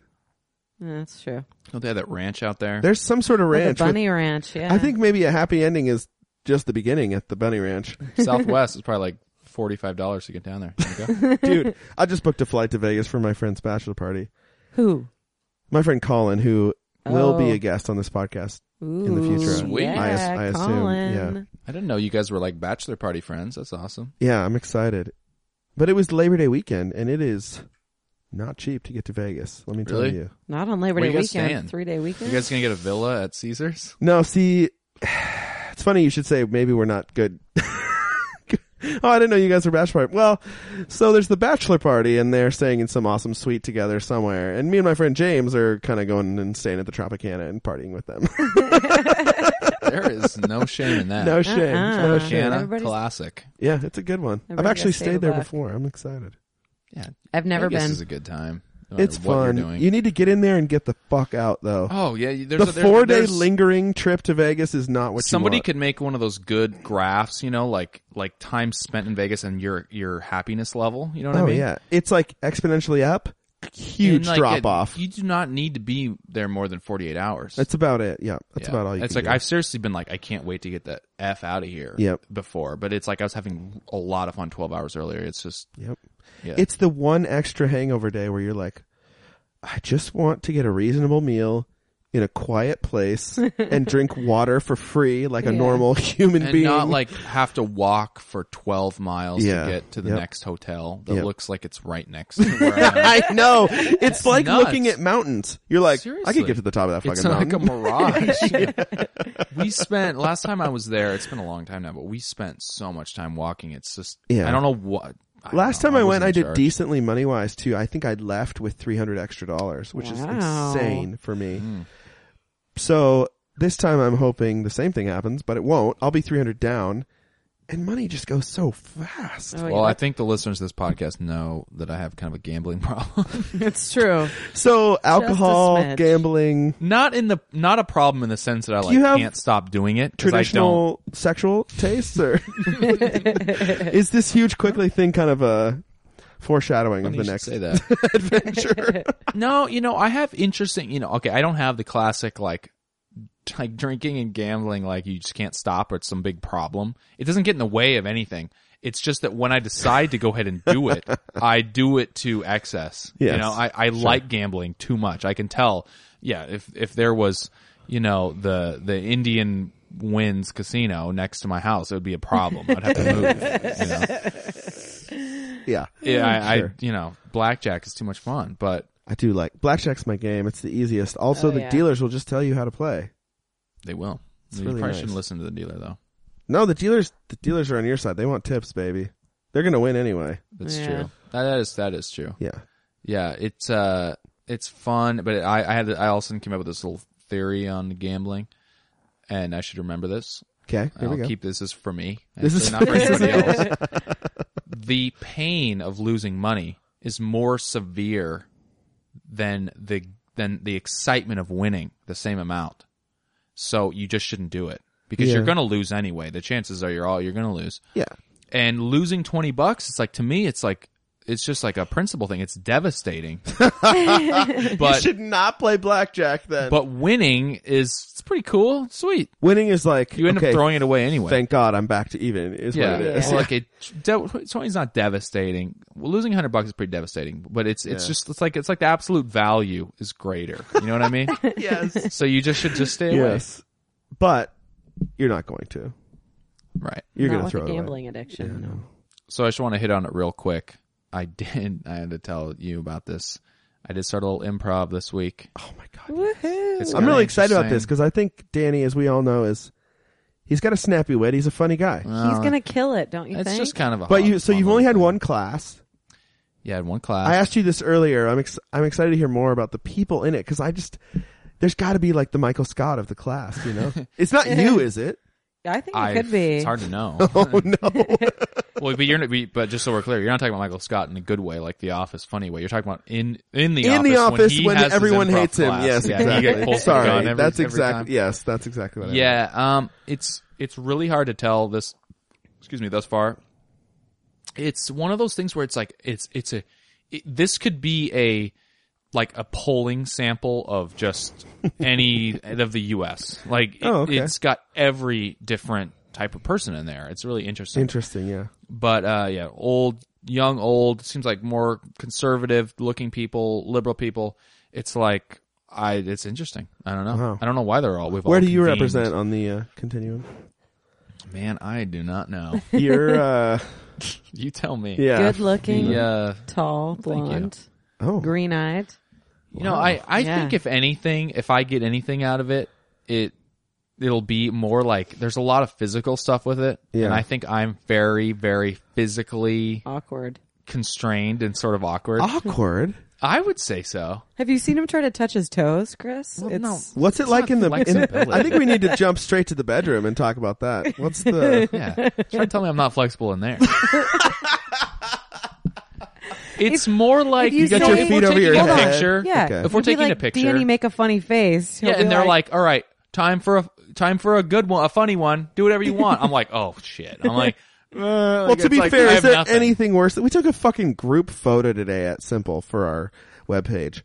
S2: Yeah, that's true.
S1: Don't they have that ranch out there?
S3: *laughs* there's some sort of
S2: Like a
S3: ranch. with-
S2: bunny ranch. Yeah.
S3: I think maybe a happy ending is just the beginning at the
S2: *laughs*
S3: bunny ranch.
S1: Southwest is probably like forty five dollars to get down there. There you go.
S3: Dude, I just booked a flight to Vegas for my friend's bachelor party.
S2: who
S3: My friend Colin, who will be
S2: Oh.
S3: a guest on this podcast.
S2: Ooh,
S3: the future.
S1: Sweet.
S2: Yeah,
S1: I
S3: as- I assume,
S2: Colin.
S3: yeah.
S1: I didn't know you guys were like bachelor party friends. That's awesome.
S3: Yeah, I'm excited. But it was Labor Day weekend, and it is not cheap to get to Vegas. Let me tell
S1: Really?
S3: you.
S2: Not on Labor
S1: Where
S2: Day
S1: you
S2: weekend.
S1: guys staying?
S2: Three day
S1: You
S2: weekend.
S1: guys gonna get a villa at Caesars?
S3: No, see, *sighs* it's funny you should say maybe we're not good. *laughs* oh, I didn't know you guys were bachelor party. Well, so there's the bachelor party, and they're staying in some awesome suite together somewhere. And me and my friend James are kind of going and staying at the Tropicana and partying with them.
S1: There is no shame in that.
S3: *laughs* no shame. No
S2: Uh-uh.
S3: shame.
S1: Canna,
S2: Everybody's-
S1: classic.
S3: Yeah, it's a good one. I've
S2: Everybody
S3: actually
S2: gotta stay
S3: stayed there
S2: back.
S3: before. I'm excited.
S1: Yeah,
S2: I've never
S1: Vegas
S2: been. *laughs*
S1: is a good time. no matter
S3: it's
S1: what you're
S3: fun.
S1: doing.
S3: You need to get in there and get the fuck out, though.
S1: oh yeah, you- there's
S3: the
S1: a- there-
S3: four day
S1: there's-
S3: lingering trip to Vegas is not what
S1: Somebody
S3: you want.
S1: could make one of those good graphs, you know, like like time spent in Vegas and your your happiness level. You know what
S3: Oh
S1: I mean?
S3: yeah, it's like exponentially up, huge
S1: And, like,
S3: drop
S1: it-
S3: off.
S1: You do not need to be there more than forty eight hours.
S3: That's about it. Yeah, that's
S1: Yeah.
S3: about all you.
S1: It's
S3: can
S1: like
S3: do.
S1: I've seriously been like, I can't wait to get the f out of here.
S3: Yep.
S1: Before, but it's like I was having a lot of fun twelve hours earlier. It's just
S3: Yep.
S1: yeah.
S3: It's the one extra hangover day where you're like, I just want to get a reasonable meal in a quiet
S1: *laughs*
S3: place and drink water for free like a
S2: Yeah.
S3: normal *laughs* human
S1: and
S3: being.
S1: not like have to walk for twelve miles
S3: Yeah.
S1: to get to the
S3: Yep.
S1: next hotel that
S3: Yep.
S1: looks like it's right
S3: *laughs*
S1: next. to where I am.
S3: *laughs*
S1: *laughs*
S3: I know. It's like
S1: nuts.
S3: looking at mountains. You're like, I
S1: Seriously.
S3: could get to the top of that fucking
S1: It's
S3: mountain.
S1: like a mirage. *laughs*
S3: *laughs*
S1: Yeah. We spent last time I was there. It's been a long time now, but we spent so much time walking. It's just
S3: Yeah.
S1: I don't know what. don't
S3: Last
S1: know.
S3: time I,
S1: wasn't
S3: went,
S1: in
S3: I did
S1: charge.
S3: decently money wise too. I think I left with three hundred extra dollars, which
S2: Wow.
S3: is insane for me.
S1: Hmm.
S3: So this time I'm hoping the same thing happens, but it won't. I'll be three hundred down, and money just goes so fast.
S2: Oh,
S1: Well, I think the listeners of this podcast know that I have kind of a gambling *laughs* problem.
S2: yeah. it's true.
S3: So alcohol,
S2: smidge.
S3: gambling,
S1: not in the not a problem in the sense that I like
S3: you have
S1: can't stop doing it because I don't.
S3: traditional sexual
S2: *laughs*
S3: tastes, or is this huge quickly thing kind of a foreshadowing
S1: Funny
S3: of
S1: you
S3: the
S1: should
S3: next
S1: say that.
S3: *laughs* adventure?
S1: *laughs* no, you know I have interesting. You know, okay, I don't have the classic like *laughs* t- like drinking and gambling like you just can't stop or it's some big problem. It doesn't get in the way of anything. It's just that when I decide to go ahead and do
S3: *laughs*
S1: it, I do it to excess. You
S3: Yes.
S1: know, I, I like gambling too much. I can tell. Yeah, if if there was, you know, the the Indian Winds Casino next to my house, it would be a problem. I'd have to move. you know?
S3: Yeah.
S1: Yeah, I,
S3: Sure.
S1: I you know, blackjack is too much fun, but
S3: I do like blackjack's my game. It's the easiest. Also,
S2: Oh,
S3: the
S2: yeah.
S3: dealers will just tell you how to play.
S1: they will. you
S3: really
S1: probably
S3: nice.
S1: shouldn't listen to the dealer though.
S3: No, the dealers the dealers are on your side. They want tips, baby. They're gonna win anyway.
S1: That's
S2: Yeah.
S1: true. That that is that is true.
S3: Yeah.
S1: Yeah, it's uh, it's fun, but I I had I also came up with this little theory on gambling, and I should remember this.
S3: Okay. Here we
S1: I'll
S3: go.
S1: keep this is for me.
S3: *laughs* This is-
S1: Actually, not for anybody else. the pain of losing money is more severe than the than the excitement of winning the same amount. So you just shouldn't do it because
S3: Yeah.
S1: you're going to lose anyway. The chances are you're all you're going to lose
S3: yeah.
S1: and losing 20 bucks it's like to me it's like it's just like a principle thing it's
S3: *laughs*
S1: devastating
S3: you
S1: but
S3: should not play blackjack then.
S1: but winning is it's pretty cool sweet
S3: winning is like
S1: you end
S3: okay,
S1: up throwing it away anyway
S3: Thank God I'm back to even is
S1: yeah,
S3: what it
S1: Well,
S3: *laughs* is.
S1: like it de- 20's not devastating well, losing 100 bucks is pretty devastating but it's it's
S3: Yeah.
S1: just it's like it's like the absolute value is greater you know what i mean
S3: yes.
S1: so you just should just stay away
S3: yes. But you're not going to.
S1: right
S3: You're
S2: Not
S3: gonna
S2: with
S3: throw
S2: a
S3: it away.
S2: gambling addiction. no.
S1: so I just want to hit on it real quick. I *laughs* did. I had to tell you about this. I did start a little improv this week.
S3: Oh my god.
S2: Woohoo!
S1: It's
S3: I'm
S1: kinda
S3: really excited about this
S1: interesting.
S3: because I think Danny, as we all know, is he's got a snappy wit. He's a funny guy.
S2: He's gonna kill it, don't you
S1: It's
S2: think?
S1: just kind of a.
S3: but
S1: hon-
S3: you, so you've
S1: honor
S3: only had
S1: thing.
S3: one class.
S1: Yeah, I had one class.
S3: I asked you this earlier. I'm ex- I'm excited to hear more about the people in it because I just there's got to be like the Michael Scott of the class. You
S1: *laughs*
S3: know, it's not you, is it?
S2: I think
S1: I-
S2: it could be.
S1: It's hard to
S3: *laughs*
S1: know.
S3: Oh no.
S1: well, but you're not- we- but just so we're clear, you're not talking about Michael Scott in a good way, like The Office, funny way. You're talking about in in the
S3: in
S1: office
S3: the office
S1: he
S3: when
S1: has his
S3: everyone
S1: improv
S3: hates him.
S1: class.
S3: Yes,
S1: yeah,
S3: exactly.
S1: He get pulled for
S3: Sorry,
S1: the gun every,
S3: that's
S1: every
S3: exactly.
S1: time.
S3: Yes, that's exactly what. I meant.
S1: Yeah, um, it's it's really hard to tell this. Excuse me, thus far, it's one of those things where it's like it's it's a it, this could be a like a polling sample of
S3: *laughs*
S1: just any of the U.S. Like it,
S3: Oh, okay.
S1: it's got every different type of person in there. It's really interesting
S3: Interesting. Yeah.
S1: but uh, yeah, old, young, old seems like more conservative looking people, liberal people. It's like I, it's interesting. I don't know.
S3: Wow.
S1: I don't know why they're all. We've
S3: Where
S1: all
S3: do you
S1: convened.
S3: represent on the uh, continuum?
S1: Man, I do not know. *laughs*
S3: You're. Uh,
S1: you tell me.
S3: yeah.
S2: Good looking,
S1: Yeah.
S2: tall,
S1: you.
S2: blonde,
S3: Oh.
S2: green eyed.
S1: You know, I, I
S2: Yeah.
S1: think if anything, if I get anything out of it, it it'll be more like there's a lot of physical stuff with it,
S3: Yeah.
S1: and I think I'm very, very physically
S2: Awkward.
S1: constrained and sort of awkward.
S3: Awkward.
S1: I would say so.
S2: Have you seen him try to touch his toes, Chris?
S1: Well,
S2: it's
S1: no.
S3: What's it
S1: It's
S3: like
S1: not
S3: in the? In,
S1: flexibility.
S3: I think we need to jump straight to the bedroom and talk about that.
S1: *laughs*
S3: What's the?
S1: Yeah. Try to tell me I'm not flexible in
S3: *laughs*
S1: there. it's more like
S2: you You got
S3: your say-
S1: if
S3: feet
S1: we're
S3: over
S1: taking
S3: your
S1: a
S3: head.
S1: picture.
S2: yeah.
S3: Okay.
S1: If we're
S2: He'll be
S1: taking a
S2: like,
S1: picture-
S2: Danny, make a funny face. He'll
S1: Yeah,
S2: be
S1: and they're like, "All right, time for a time for a good one, a funny one. Do whatever you want." I'm like, "Oh shit." I'm like, uh,
S3: *laughs* Well, to be fair,
S1: I
S3: is
S1: have
S3: there
S1: nothing.
S3: anything worse? than- We took a fucking group photo today at Simple for our webpage.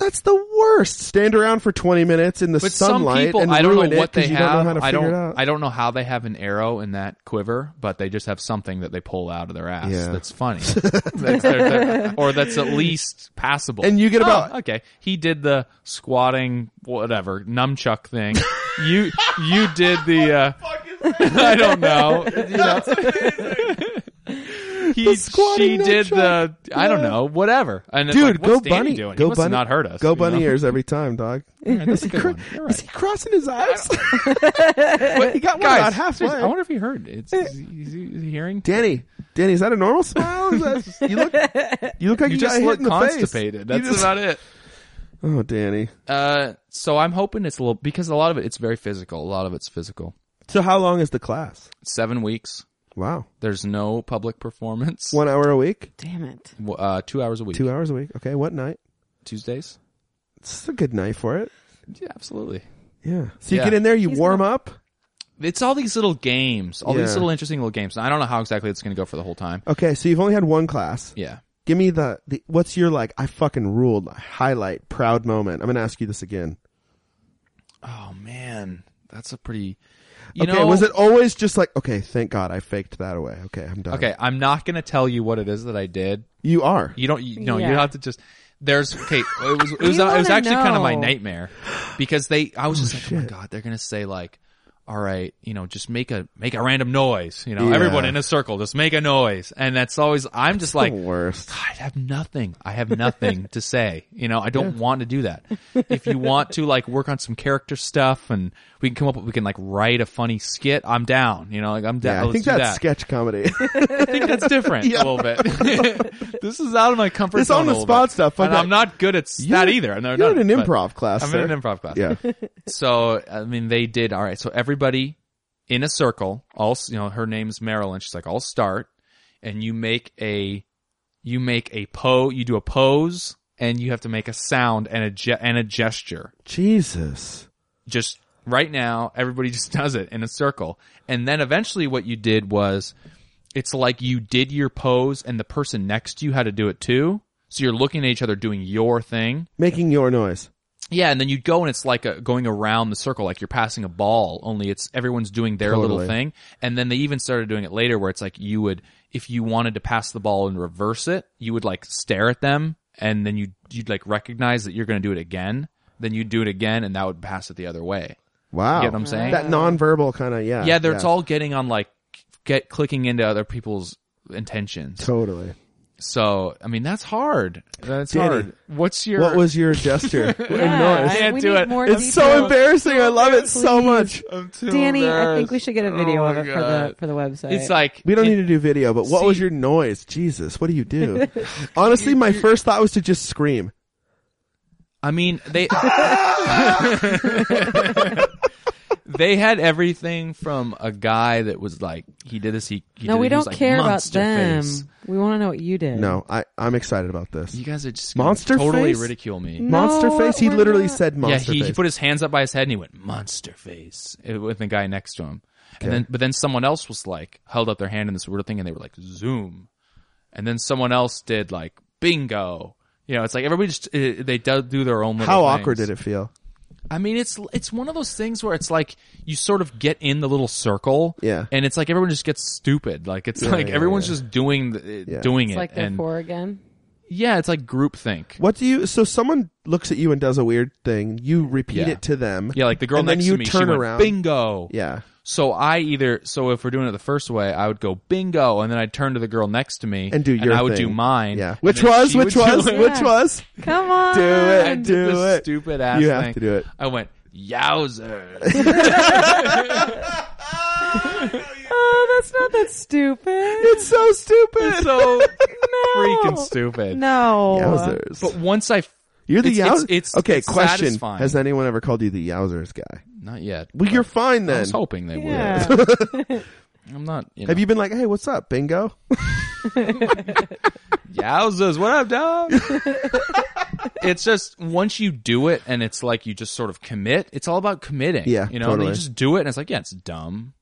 S3: That's the worst. Stand around for twenty minutes in the
S1: But
S3: sunlight
S1: some people,
S3: and
S1: I don't
S3: ruin
S1: know
S3: it
S1: what they
S3: 'cause you
S1: have.
S3: don't know how to
S1: I
S3: figure
S1: don't.
S3: it out.
S1: I don't know how they have an arrow in that quiver, but they just have something that they pull out of their ass
S3: Yeah.
S1: that's
S3: *laughs*
S1: funny, that's their- their- or that's at least passable.
S3: And you get
S1: Oh,
S3: about-
S1: okay. He did the squatting, whatever numchuck
S3: *laughs*
S1: thing. you you did the. Uh, *laughs* I don't
S3: *laughs*
S1: know. You know. He, she
S3: squatting
S1: did
S3: nunchuck.
S1: the I don't know whatever and it's like,
S3: Dude,
S1: what's
S3: go
S1: Danny
S3: bunny.
S1: doing? He
S3: Go
S1: must have
S3: bunny.
S1: not hurt us
S3: Go
S1: you
S3: bunny
S1: know?
S3: ears every
S1: *laughs*
S3: time, dog.
S1: All right, that's a good
S3: cr-
S1: one. You're
S3: Is
S1: right.
S3: he crossing his eyes? *laughs*
S1: He got
S3: one about halfway. Eh.
S1: I wonder if he heard. It's is he, is he- is he hearing?
S3: Danny, Danny, is that a normal smile? Is that, you look, you look like you,
S1: you just
S3: got
S1: look
S3: hit in the
S1: constipated.
S3: face. You
S1: That's
S3: just-
S1: about it.
S3: Oh, Danny.
S1: Uh, so I'm hoping it's a little because a lot of it it's very physical. A lot of it's physical.
S3: So, how long is the class?
S1: Seven weeks.
S3: Wow,
S1: There's no public performance.
S3: one hour a week,
S2: damn it.
S1: W- Uh, two hours a week.
S3: two hours a week. Okay, what night?
S1: Tuesdays.
S3: It's a good night for it.
S1: Yeah, absolutely.
S3: Yeah. So you
S1: Yeah.
S3: get in there, you warm up.
S1: It's all these little games, all
S3: Yeah.
S1: these little interesting little games. And I don't know how exactly it's going to go for the whole time.
S3: Okay, so you've only had one class.
S1: Yeah.
S3: Give me the, the what's your like? I fucking ruled. Highlight, proud moment. I'm gonna ask you this again.
S1: Oh man, that's a pretty. You
S3: okay,
S1: know-
S3: was it always just like okay? Thank God I faked that away. Okay, I'm done.
S1: Okay, I'm not going to tell you what it is that I did.
S3: you are.
S1: You don't. You, no, you
S2: Yeah.
S1: have to just. There's okay. It was. It was, it
S2: *laughs* You
S1: was
S2: wanna
S1: actually kind of my
S2: know.
S1: nightmare because they. I was just like, oh my god, they're gonna say like, all right, you know, just make a make a random noise. You know,
S3: Yeah.
S1: everyone in a circle, just make a noise, and that's always. I'm just like,
S3: the worst.
S1: I have nothing. I have nothing to say. You know, I don't want to do that. If you want to like work on some character stuff and we can come up with, we can like write a funny skit, I'm down. You know, like I'm down.
S3: Yeah, I
S1: Let's
S3: think
S1: do *laughs*
S3: that's
S1: that.
S3: sketch comedy. *laughs*
S1: I think *laughs* that's different
S3: Yeah.
S1: a little bit. this is out of my comfort
S3: This
S1: zone. a
S3: on-the-spot
S1: little bit.
S3: stuff,
S1: And
S3: okay.
S1: I'm not good at s- that either. I'm
S3: You're in an improv class.
S1: I'm
S3: sir.
S1: in an improv class.
S3: Yeah,
S1: *laughs* So I mean, they did all right. So everybody in a circle. All s- you know, her name's Marilyn. She's like, I'll start, and you make a, you make a pose. You do a pose, and you have to make a sound and a ge- and a gesture.
S3: Jesus.
S1: Just right now, everybody *laughs* just does it in a circle, and then eventually, what you did was, it's like you did your pose, and the person next to you had to do it too. So you're looking at each other doing your thing.
S3: Making your noise.
S1: Yeah, and then you'd go and it's like a, going around the circle, like you're passing a ball, only it's everyone's doing their little
S3: Totally.
S1: thing. And then they even started doing it later where it's like you would, if you wanted to pass the ball and reverse it, you would like stare at them and then you'd, you'd like recognize that you're going to do it again. Then you'd do it again and that would pass it the other way.
S3: Wow.
S1: You get what I'm saying?
S3: That nonverbal kind of yeah.
S1: yeah, they're, it's all getting on like, get clicking into other people's intentions.
S3: totally.
S1: So, I mean, that's hard. That's
S3: Diddy.
S1: hard. What's your,
S3: What was your
S1: *laughs*
S3: gesture?
S2: Yeah,
S1: I can't
S2: we
S1: do
S2: need
S1: it.
S2: more
S3: It's so
S2: details.
S3: embarrassing. I love it so much.
S1: I'm too
S2: Danny, I think we
S1: embarrassed.
S2: should get a video
S1: Oh
S2: of
S1: my
S2: it for the
S1: God.
S2: for the website.
S1: It's like
S3: We don't need to do video, but what was
S1: See-
S3: your noise? Jesus, what do
S1: *laughs*
S3: you do? Honestly, my first thought was to just scream. e-
S1: I mean, they *laughs* they had everything from a guy that was like he did this. He, he
S2: no,
S1: did it,
S2: we
S1: he was
S2: don't
S1: like,
S2: care about
S1: "Monster
S2: them.
S1: face."
S2: We want to know what you did.
S3: No, I I'm excited about this.
S1: You guys are just gonna
S3: Monster
S1: totally
S3: face?
S1: ridicule me.
S2: No,
S3: Monster face. He
S2: we're
S3: literally
S2: not.
S3: said monster
S1: yeah, he, he
S3: face.
S1: put his hands up by his head and he went monster face eh, with the guy next to him. And then, but then someone else was like held up their hand in this weird thing and they were like zoom, and then someone else did like bingo. You know, it's like everybody just eh, they do do their own. Little
S3: How awkward
S1: things.
S3: did it feel?
S1: I mean, it's it's one of those things where it's like you sort of get in the little circle,
S3: Yeah.
S1: and it's like everyone just gets stupid. Like it's like
S3: yeah,
S1: everyone's just doing the,
S3: Yeah.
S1: doing
S2: It's
S1: it,
S2: like they're
S1: and
S2: four
S1: *laughs*
S2: again.
S1: yeah, it's like groupthink.
S3: What do you? So someone looks at you and does a weird thing. You repeat
S1: Yeah.
S3: it to them.
S1: Yeah, like the girl
S3: and
S1: next
S3: then you
S1: to me,
S3: turn
S1: she went,
S3: around.
S1: bingo.
S3: Yeah.
S1: So I either so if we're doing it the first way, I would go bingo, and then I'd turn to the girl next to me
S3: And do your.
S1: I would
S3: thing.
S1: do mine.
S3: Yeah.
S1: and
S3: Which
S1: then
S3: was?
S1: she
S3: Which
S1: would do
S3: was? *laughs*
S1: it. *laughs*
S3: Which was?
S2: Come on,
S3: Do
S1: I
S3: it.
S1: did
S3: Do
S1: the
S3: it.
S1: stupid ass.
S3: You have
S1: thing.
S3: to do it.
S1: I went
S3: *laughs*
S1: yowzers.
S2: Oh, that's not that stupid.
S3: It's so stupid.
S1: It's so freaking stupid.
S2: No,
S3: Yowzers.
S1: But once I, f-
S3: You're the
S1: it's,
S3: yowzers.
S1: It's, it's
S3: okay,
S1: it's
S3: question.
S1: Satisfying.
S3: Has anyone ever called you the yowzers guy?
S1: Not yet.
S3: Well, you're fine
S1: I
S3: then.
S1: was hoping they
S2: yeah.
S3: *laughs*
S1: would. I'm not. You know,
S3: Have you been like, hey, what's
S1: *laughs*
S3: up, bingo?
S1: Yowzers, what up, dog?
S3: *laughs*
S1: it's just once you do it, and it's like you just sort of commit. It's all about committing.
S3: Yeah,
S1: you know,
S3: totally.
S1: you just do it, and it's like, yeah, it's dumb.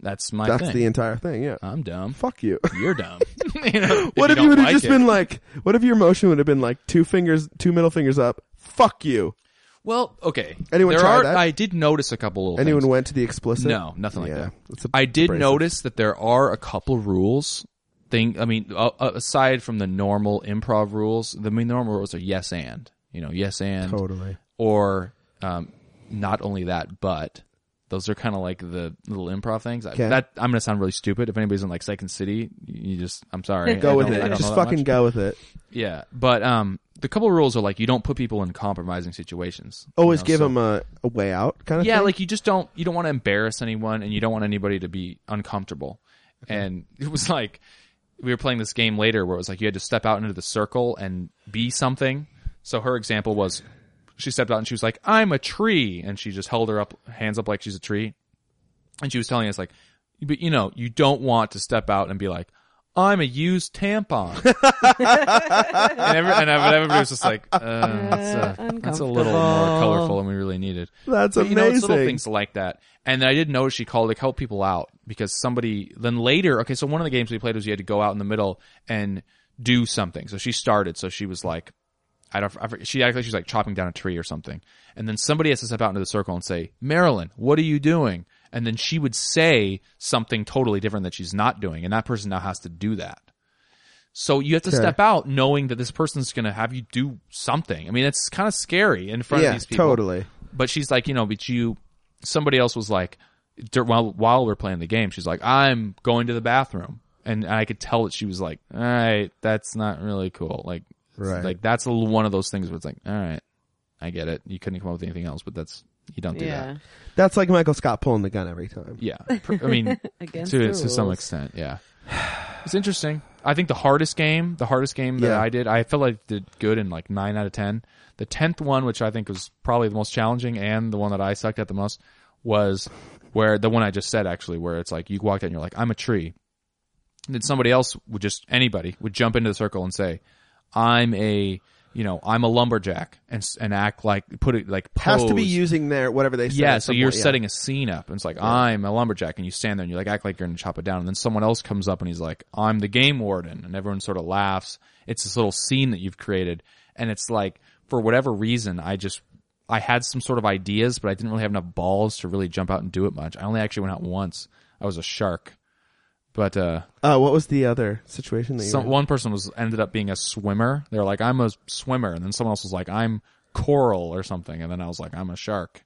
S1: That's my
S3: That's
S1: thing.
S3: the entire thing. Yeah.
S1: I'm dumb.
S3: Fuck you.
S1: You're dumb. Uh, *laughs* You know,
S3: *laughs* What if
S1: if
S3: you would
S1: don't like
S3: have just
S1: it.
S3: been like? What if your motion would have been like two fingers, two middle fingers up? Fuck you.
S1: Well, okay.
S3: Anyone
S1: there
S3: try
S1: are,
S3: that?
S1: I did notice a couple little
S3: Anyone
S1: things.
S3: went to the explicit?
S1: No, nothing like
S3: yeah,
S1: that.
S3: That's a-
S1: I did
S3: abrasive.
S1: notice that there are a couple rules. Thing, I mean, uh, aside from the normal improv rules, the main normal rules are yes and, you know, yes and,
S3: Totally.
S1: or um, not only that, but those are kind of like the little improv things. I,
S3: Okay.
S1: that I'm gonna sound really stupid if anybody's in like Second City. You just, I'm sorry, I
S3: Go with
S1: don't- I
S3: it.
S1: don't
S3: Just
S1: know that
S3: fucking
S1: much.
S3: go with it.
S1: Yeah, but um, the couple rules are like you don't put people in compromising situations. you
S3: Always
S1: know,
S3: give
S1: so-
S3: them a, a way out, kind of.
S1: yeah like you just don't you don't want to embarrass anyone and you don't want anybody to be uncomfortable and it was like we were playing this game later where it was like you had to step out into the circle and be something so her example was she stepped out and she was like i'm a tree and she just held her up hands up like she's a tree and she was telling us like but you know you don't want to step out and be like I'm a used
S3: *laughs*
S1: tampon, and, every, and everybody was just like, uh, that's, a, that's a little more
S2: uncomfortable.
S1: colorful than we really needed.
S3: That's
S1: But, You know, it's little
S3: amazing.
S1: things like that. And then I did notice she called like help people out because somebody then later. Okay, so one of the games we played was you had to go out in the middle and do something. So she started. So she was like, I don't. I, forget- she acted like she was like chopping down a tree or something. And then somebody has to step out into the circle and say, Marilyn, what are you doing? and then she would say something totally different that she's not doing, and that person now has to do that. So you have to
S3: Sure.
S1: step out knowing that this person's going to have you do something. I mean, it's kind of scary in front of
S3: yeah,
S1: these people.
S3: totally.
S1: But she's like, you know, but you, somebody else was like, dur- while while we're playing the game, she's like, I'm going to the bathroom, and I could tell that she was like, all right, that's not really cool. Like, it's-
S3: Right.
S1: like that's a, one of those things where it's like, all right, I get it. You couldn't come up with anything else, but that's you don't do
S2: yeah.
S1: that.
S3: That's like Michael Scott pulling the gun every time.
S1: Yeah, I
S3: *laughs*
S1: mean,
S2: Against the
S1: to to some
S2: rules.
S1: extent, yeah. It's interesting. I think the hardest game, the hardest game that
S3: Yeah.
S1: I did, I felt like I did good in like nine out of ten. The tenth one, which I think was probably the most challenging and the one that I sucked at the most, was where the one I just said actually, where it's like you walked out and you're like, I'm a tree. And then somebody else would just anybody would jump into the circle and say, I'm a you know, I'm a lumberjack and s- and act like put it like pose.
S3: Has to be using their whatever they said.
S1: Yeah,
S3: at
S1: so
S3: some
S1: you're
S3: point, yeah.
S1: setting a scene up, and it's like I'm a lumberjack, and you stand there and you like act like you're gonna chop it down, and then someone else comes up and he's like, "I'm the game warden," and everyone sort of laughs. It's this little scene that you've created, and it's like for whatever reason, I just I had some sort of ideas, but I didn't really have enough balls to really jump out and do it much. I only actually went out once. I was a shark, but uh,
S3: Uh, what was the other situation that you?
S1: some,
S3: were in?
S1: one person was ended up being a swimmer. They were like, "I'm a swimmer," and then someone else was like, "I'm coral" or something, and then I was like, "I'm a shark."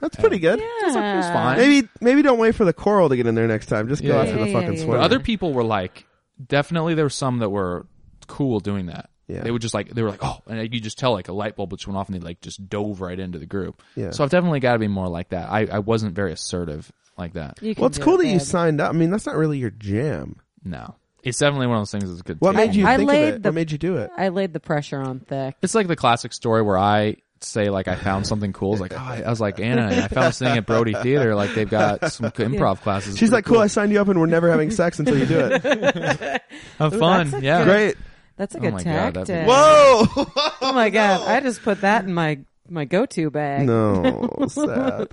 S3: That's pretty good.
S1: It was, it was fine.
S3: Maybe maybe don't wait for the coral to get in there next time. Just go
S1: Yeah.
S3: after
S1: Yeah,
S3: the
S2: yeah,
S3: fucking
S2: yeah,
S3: swimmer.
S1: But other people were like, definitely there were some that were cool doing that.
S3: Yeah.
S1: They would just like, they were like, oh, and you just tell like a light bulb just went off and they like just dove right into the group.
S3: Yeah.
S1: So I've definitely got to be more like that. I, I wasn't very assertive like that.
S2: You can
S3: well, it's
S2: do
S3: cool
S2: it,
S3: that you
S2: babe.
S3: signed up. I mean, that's not really your jam.
S1: No. It's definitely one of those things that's good.
S3: What made you
S2: I
S3: think of
S2: laid
S3: it?
S2: the-
S3: What made you do
S2: *laughs*
S3: it?
S2: I laid the pressure on thick.
S1: It's like the classic story where I say like I found something cool. It's like, oh, I I was like, Anna, I found this thing at Brody Theater. Like they've got some improv classes.
S3: She's
S1: Pretty
S3: like, cool. I signed you up, and we're never having sex until you do it.
S1: Have fun.
S2: that's a
S1: yeah.
S2: good-
S3: Great.
S2: That's a
S1: Oh
S2: good
S1: my God, that'd
S2: tactic.
S1: be-
S3: Whoa.
S2: oh my god! I just put that in my my go to bag. No.
S3: *laughs* no. Sad.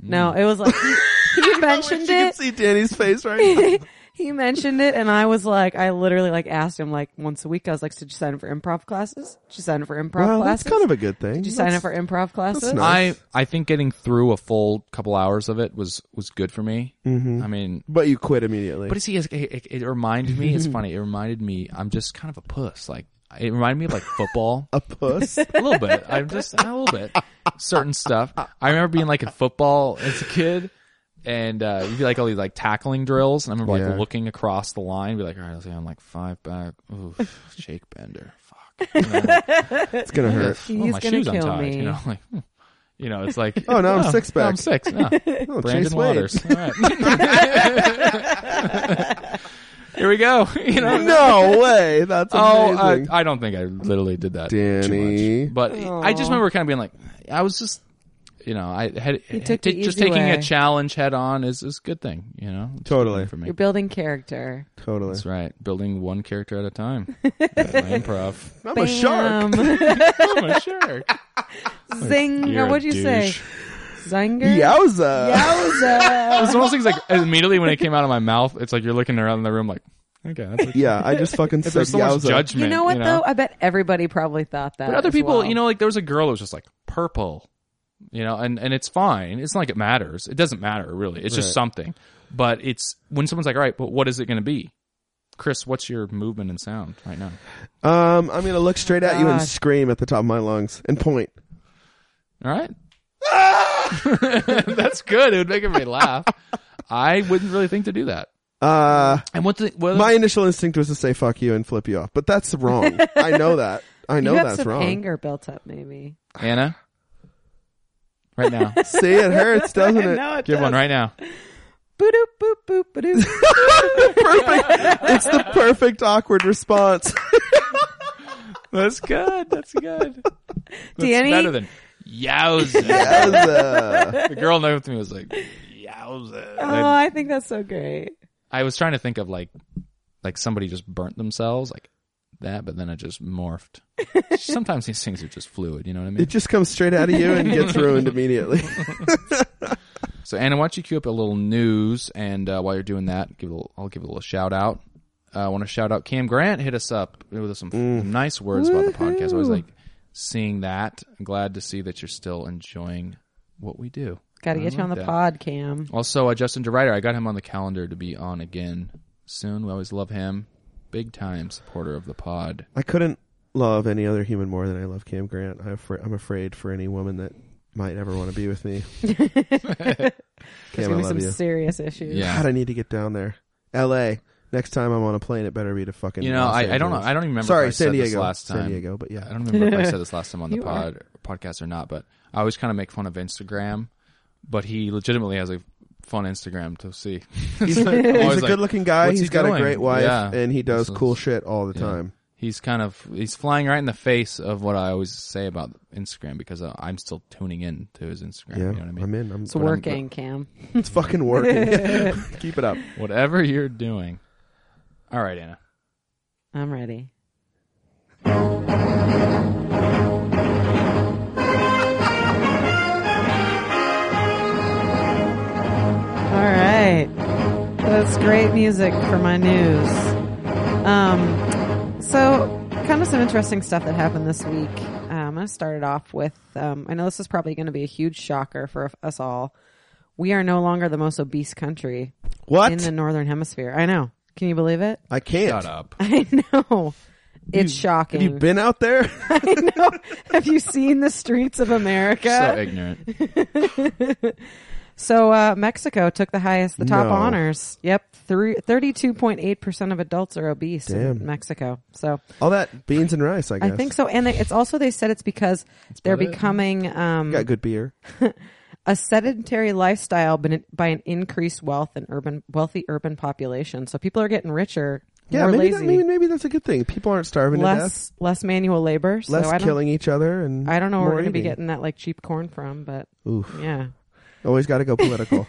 S2: it was like *laughs* he, he
S3: You
S2: mentioned
S3: can
S2: it.
S3: see Danny's face *laughs* right now.
S2: He mentioned it, and I was like, I literally like asked him like once a week. I was like, "So did you sign up for improv classes? Did you sign up for improv
S3: well, that's
S2: classes?
S3: kind of a good thing.
S2: did you sign
S3: That's-
S2: up for improv classes?
S3: nice.
S1: I, I think getting through a full couple hours of it was, was good for me. Mm-hmm. I mean,
S3: But you quit immediately.
S1: But see, it, it, it reminded me.
S3: *laughs*
S1: It's funny. It reminded me. I'm just kind of a puss. Like it reminded me of like football
S3: a puss.
S1: a little
S3: *laughs*
S1: bit. I'm just a little bit certain stuff. I remember being like in football as a kid, and uh, you'd be like all these like tackling drills, and I remember
S3: Yeah.
S1: like looking across the line, be like, all right, let's see, I'm like five back.
S3: *laughs*
S1: Oof, Jake Bender. Fuck. You know, like,
S3: it's
S1: *laughs*
S3: gonna hurt.
S1: oh,
S2: He's
S1: my
S2: gonna
S1: shoes
S2: kill
S1: untied.
S2: me.
S1: You know, like. hmm. You know, it's like *laughs*
S3: Oh, now I'm six
S1: now
S3: back.
S1: I'm six.
S3: *laughs*
S1: Yeah.
S3: Oh,
S1: Brandon
S3: Chase Wade. *laughs*
S1: Waters. All right. *laughs* Here we go. *laughs* You know,
S3: no way. That's
S1: Oh, I,
S3: amazing.
S1: I don't think I literally did that.
S3: Danny.
S1: Too much. But I just remember kind of being like, I was just, you know, I had,
S2: took the
S1: t- just
S2: easy
S1: taking
S2: way.
S1: a challenge head on is is a good thing, you know. It's a good
S3: Totally.
S1: thing for me.
S2: You're building character.
S3: totally.
S1: That's right. Building one character at a
S2: *laughs*
S1: time. That's my improv. *laughs*
S3: I'm a shark.
S2: Bam.
S1: I'm a
S2: *laughs*
S1: shark.
S2: Zing.
S1: You're
S2: or
S1: a
S2: what'd you say?
S1: douche.
S2: Zinger.
S3: Yowza.
S1: *laughs*
S2: Yowza.
S1: It's one of those things like immediately when it came out of my mouth, it's like you're looking around the room like, okay,
S3: *laughs*
S1: that's a,
S3: Yeah, I
S2: *laughs*
S3: just fucking said
S1: there's so much
S3: yowza.
S1: judgment.
S2: You know what though? I bet everybody probably thought that.
S1: But other
S2: as
S1: people,
S2: well.
S1: you know, like there was a girl that was just like purple, you know, and and it's fine. It's not like it matters. It doesn't matter really. It's just
S3: Right.
S1: something. But it's when someone's like, all right, but what is it going to be? Chris, what's your movement and sound right now?
S3: Um, I'm gonna look straight at you and
S2: Gosh.
S3: scream at the top of my lungs and point.
S1: All right. *laughs* That's good. It would make everybody laugh. I wouldn't really think to do that.
S3: Uh,
S1: And what the what
S3: my initial instinct was to say fuck you and flip you off, but that's wrong. I
S2: *laughs*
S3: know that. I know
S2: you have
S3: that's
S2: some
S3: wrong.
S2: anger built up, maybe.
S1: Anna? Right now. *laughs*
S3: See, it
S2: *laughs*
S3: hurts, doesn't it?
S2: it
S1: Give one right now.
S2: Boop boop boop boop.
S3: perfect. It's the perfect awkward response.
S1: That's good. That's good. That's
S2: Danny?
S1: better than yowza.
S3: Yowza.
S1: the girl next to me was like, yowza.
S2: Oh,
S1: And I-
S2: I think that's so great.
S1: I was trying to think of like like somebody just burnt themselves like that, but then it just morphed. Sometimes these things are just fluid, you know what I mean?
S3: it just comes straight out of you and gets ruined
S2: *laughs*
S3: immediately.
S1: So Anna, why don't you cue up a little news, and uh, while you're doing that, give a little, I'll give a little shout out. Uh, I want to shout out Cam Grant. Hit us up with some,
S3: Mm.
S1: some nice words about the podcast. I was like seeing that. I'm glad to see that you're still enjoying what we do.
S2: Got to get you on the
S1: that.
S2: pod, Cam.
S1: Also, uh, Justin DeRider, I got him on the calendar to be on again soon. We always love him. Big time supporter of the pod.
S3: I couldn't love any other human more than I love Cam Grant. I afra- I'm afraid for any woman that might ever want to be with me.
S2: *laughs* There's
S3: Cam, I
S2: gonna be
S3: love
S2: some
S3: you.
S2: serious issues.
S1: Yeah.
S3: God, I need to get down there. L.A. Next time I'm on a plane, it better be to fucking.
S1: You know,
S3: Los
S1: I, I don't know.
S3: Angeles.
S1: I don't even remember
S3: Sorry,
S1: if I
S3: San
S1: said
S3: Diego.
S1: this last time.
S3: San Diego,
S1: *laughs*
S3: but yeah,
S1: I don't remember if I said this last time on the
S2: *laughs* You
S1: pod podcast or not, but I always kind of make fun of Instagram, but he legitimately has a fun Instagram to see. *laughs*
S3: he's a,
S1: I'm always
S3: he's a
S1: like,
S3: good-looking guy.
S1: "What's
S3: He's
S1: he
S3: got a
S1: doing?"
S3: great wife,
S1: Yeah.
S3: and he does
S1: This is-
S3: cool shit all the
S1: yeah.
S3: time.
S1: He's kind of he's flying right in the face of what I always say about Instagram because I- I'm still tuning in to his Instagram.
S3: Yeah,
S1: You know what I mean?
S3: am in. I'm,
S2: It's working, Cam.
S3: it's
S2: *laughs*
S3: fucking working. *laughs* Keep it up.
S1: Whatever you're doing. All right, Anna.
S2: I'm ready. All right. That's great music for my news. Um, so, kind of some interesting stuff that happened this week. Um, I'm going to start it off with um, I know this is probably going to be a huge shocker for us all. We are no longer the most obese country
S3: What?
S2: in the Northern Hemisphere. I know. Can you believe it?
S3: I can't.
S1: Shut up.
S2: *laughs* I know. It's shocking.
S3: Have you
S2: *laughs*
S3: been out there? *laughs*
S2: I know. Have you seen the streets of
S1: So
S2: *laughs* America?
S1: ignorant.
S2: So uh, Mexico took the highest, the top
S3: No.
S2: honors. Yep, three, 32.8% of adults are obese
S3: Damn.
S2: in Mexico. So
S3: all that beans and rice. I
S2: I
S3: guess.
S2: think so. And they, it's also, they said it's because they're
S1: about it.
S2: becoming um,
S3: Got good beer.
S2: a sedentary lifestyle by an- by an increased wealth and urban, wealthy urban population. So people are getting richer,
S3: Yeah,
S2: more
S3: maybe,
S2: lazy,
S3: that, maybe maybe that's a good thing. People aren't starving
S2: less, less manual labor.
S3: to death,
S2: so I
S3: less
S2: don't,
S3: killing each other, and
S2: I don't know where
S3: more
S2: we're going to be
S3: eating.
S2: getting that like cheap corn from, but
S3: Oof!
S2: yeah.
S3: Always got to go
S1: *laughs*
S3: political.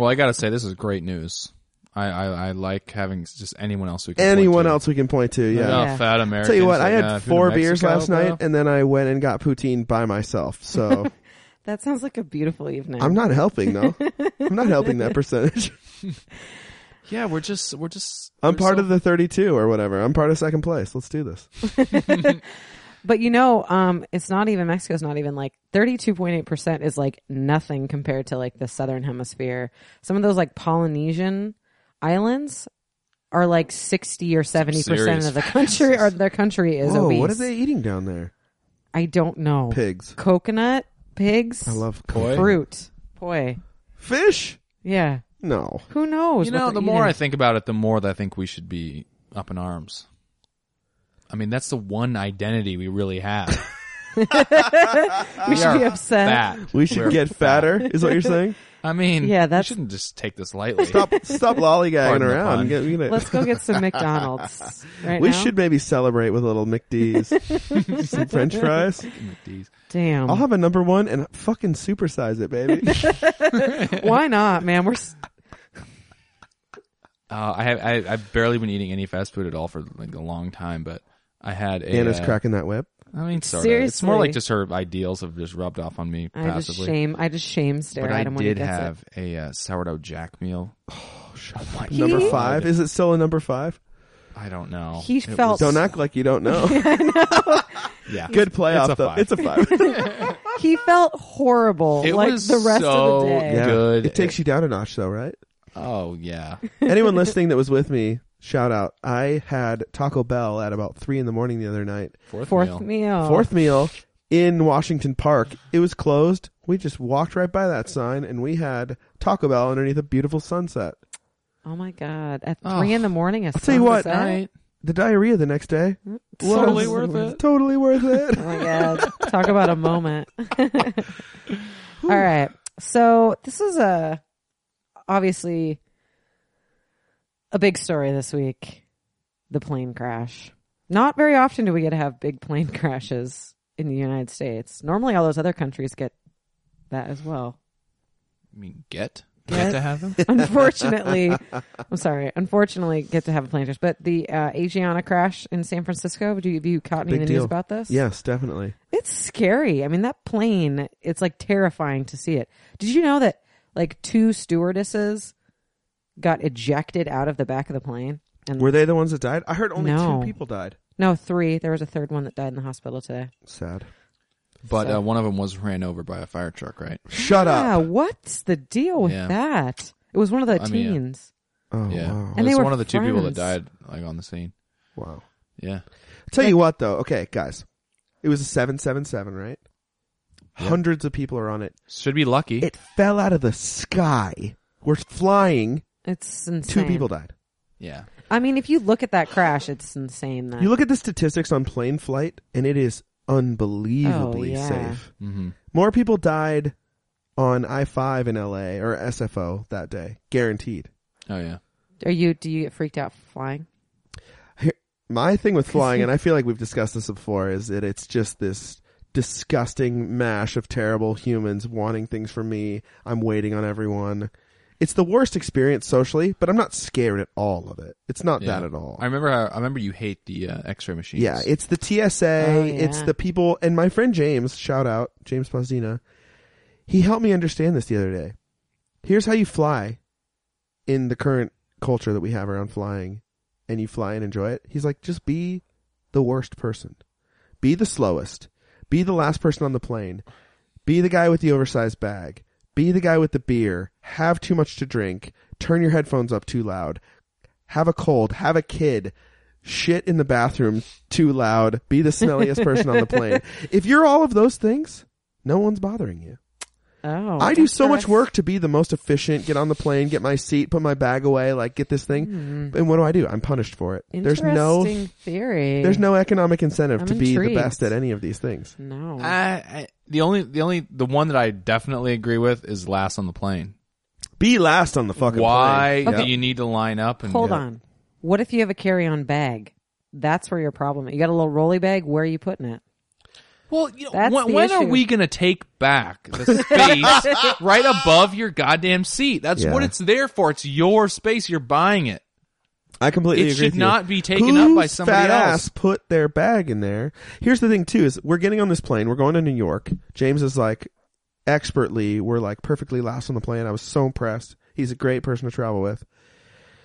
S1: Well, I gotta say this is great news. I, I, I like having just anyone else who can point
S3: Anyone
S1: to.
S3: else we can point to?
S1: Yeah.
S3: Yeah.
S2: Yeah.
S1: fat Americans.
S3: Tell you what,
S1: like,
S3: I had
S1: uh, if you're
S3: four
S1: in
S3: beers
S1: Mexico,
S3: last
S1: bro.
S3: night, and then I went and got poutine by myself.
S1: *laughs*
S3: So
S2: That sounds like a beautiful evening.
S3: I'm not helping, though. I'm not helping
S1: *laughs*
S3: that percentage.
S1: yeah, we're just we're just.
S3: I'm
S1: we're
S3: part
S1: so-
S3: of the 32 or whatever. I'm part of second place. Let's do this.
S2: But you know, um, it's not even Mexico's not even like thirty two point eight percent is like nothing compared to like the southern hemisphere. Some of those like Polynesian islands are like sixty or seventy percent
S1: serious
S3: *laughs*
S2: of the country or their country is
S3: Whoa,
S2: obese.
S3: what are they eating down there?
S2: I don't know.
S3: Pigs.
S2: Coconut, pigs,
S3: I love
S1: Koi?
S2: fruit. Boy.
S3: fish.
S2: Yeah.
S3: No,
S2: Who knows?
S1: You
S2: what
S1: know,
S2: they're
S1: the more I
S2: eating.
S1: think about it, the more that I think we should be up in arms. I mean, that's the one identity we really
S3: *laughs*
S1: have.
S2: we should
S1: are
S2: be upset.
S1: Fat.
S3: we should
S1: We're- *laughs*
S3: get fatter. Is what you're saying?
S1: I mean,
S2: Yeah, that's-
S1: we shouldn't just take this lightly. *laughs*
S3: Stop, stop lollygagging
S1: Pardon the
S3: around.
S1: pun.
S3: Get- we gonna-
S2: Let's go get some *laughs* McDonald's. Right
S3: we
S2: now?
S3: should maybe celebrate with a little McD's,
S1: *laughs*
S3: some French fries.
S1: McD's.
S2: Damn.
S3: I'll have a number one and fucking supersize it,
S1: *laughs*
S3: baby.
S2: Why not, man? We're s-
S1: Uh, I have. I, I've barely been eating any fast food at all for like a long time, but I had a.
S3: Anna's
S1: uh,
S3: cracking that whip.
S1: I mean, sort It's
S2: Seriously.
S1: more like just her ideals have just rubbed off on me
S2: I just
S1: passively.
S2: shame. I just shame stare
S1: but
S2: at
S1: I
S2: him when he
S1: did
S2: gets it.
S1: have a uh, sourdough jack
S3: *sighs*
S1: meal. Oh, my
S3: Number
S1: God.
S3: five. Is it still a number five?
S1: I don't know.
S2: He
S1: It
S2: felt-
S1: was-
S3: Don't act like you
S1: *laughs*
S3: don't know.
S1: yeah.
S3: Good playoff
S1: It's a
S3: though.
S1: five.
S3: It's a
S1: *laughs*
S3: five.
S2: He felt horrible.
S1: It
S2: like
S1: was
S2: the rest of
S1: so-
S2: the day.
S1: Yeah. Good.
S3: It takes you down a notch
S1: *laughs*
S3: though, right?
S1: Oh yeah.
S3: Anyone listening that was with me, shout out. I had Taco Bell at about three in the morning the other night.
S1: Fourth,
S2: Fourth
S1: meal.
S2: meal.
S3: Fourth meal in Washington Park. It was closed. We just walked right by that sign and we had Taco Bell underneath a beautiful sunset.
S2: Oh my god! At
S1: Oh.
S2: three in the morning. I'll
S3: tell you what,
S2: Oh
S1: Right.
S3: The diarrhea the next day.
S1: Totally
S3: was-
S1: worth it.
S3: Totally worth
S1: *laughs*
S3: it.
S2: Oh my god! Talk about a moment. *laughs* All right. So this is a obviously a big story this week. The plane crash. Not very often do we get to have big plane *laughs* crashes in the United States. Normally, all those other countries get that as well. *laughs*
S1: I mean, get
S2: Get.
S1: get to
S2: *laughs*
S1: have them.
S2: unfortunately, I'm sorry. Unfortunately, get to have a plane crash. But the uh, Asiana crash in San Francisco. Have you, have you caught any
S3: Big
S2: of the
S3: deal.
S2: news about this?
S3: yes, definitely.
S2: it's scary. I mean, that plane. It's like terrifying to see it. Did you know that like two stewardesses got ejected out of the back of the plane? And
S3: Were they the ones that died? I heard only
S2: No.
S3: two people died.
S2: no, three. There was a third one that died in the hospital today.
S3: Sad.
S1: But uh, one of them was ran over by a fire truck, right?
S3: Shut
S2: yeah,
S3: up.
S2: what's the deal with
S1: Yeah.
S2: that? It was one of the
S1: I mean, yeah.
S2: teens.
S3: Oh,
S1: yeah,
S3: wow.
S2: And they
S1: it's
S2: were
S1: one of the two people that died
S2: friends.
S1: like on the scene.
S3: Wow.
S1: Yeah,
S3: Tell you what, though. Okay, guys. It was a 777, right?
S1: Yeah.
S3: Hundreds of people are on it.
S1: should be lucky.
S3: It fell out of the sky. We're flying.
S2: It's insane.
S3: Two people died.
S1: yeah,
S2: I mean, if you look at that crash, it's insane. That
S3: You look at the statistics on plane flight, and it is unbelievably
S2: Oh, yeah.
S3: safe.
S1: hmm
S3: More people died on I 5 in LA or SFO that day. Guaranteed.
S1: oh yeah.
S2: are you? Do you get freaked out flying?
S3: My thing with flying, and I feel like we've discussed this before, is that it's just this disgusting mash of terrible humans wanting things from me. I'm waiting on everyone. It's the worst experience socially, but I'm not scared at all of it. It's not
S1: Yeah.
S3: that at all.
S1: I remember. How, I remember you hate the uh, X-ray machines.
S3: Yeah, it's the TSA,
S2: Oh, yeah.
S3: it's the people, and my friend James, shout out, James Pazdina, he helped me understand this the other day. Here's how you fly in the current culture that we have around flying, and you fly and enjoy it. He's like, just be the worst person, be the slowest, be the last person on the plane, be the guy with the oversized bag, be the guy with the beer, have too much to drink, turn your headphones up too loud, have a cold, have a kid, shit in the bathroom too loud, be the smelliest person on
S2: *laughs*
S3: the plane. If you're all of those things, no one's bothering you.
S2: Oh,
S3: I do so much work to be the most efficient, get on the plane, get my seat, put my bag away, like get this thing. And what do I do? I'm punished for it. There's no
S2: Mm-hmm. Interesting theory.
S3: there's no economic incentive
S2: I'm
S3: to be
S2: intrigued.
S3: the best at any of these things.
S2: no.
S1: I, I the only the only the one that I definitely agree with is last on the plane.
S3: Be last on the fucking
S1: Why
S3: plane.
S1: do you need to line up? And
S2: Hold
S1: Yeah.
S2: on. What if you have a carry-on bag? That's where your problem. You got a little rolly bag. Where are you putting it?
S1: Well, you know,
S2: That's
S1: when,
S2: the
S1: when are
S2: issue.
S1: we going to take back the *laughs* space right above your goddamn seat? That's
S3: Yeah.
S1: what it's there for. It's your space. You're buying it.
S3: I completely
S1: It
S3: agree
S1: should
S3: with you.
S1: not be taken
S3: Whose
S1: up by somebody
S3: fat
S1: else.
S3: ass put their bag in there. Here's the thing too is we're getting on this plane, we're going to New York. James is like expertly, we're like perfectly last on the plane. I was so impressed. He's a great person to travel with.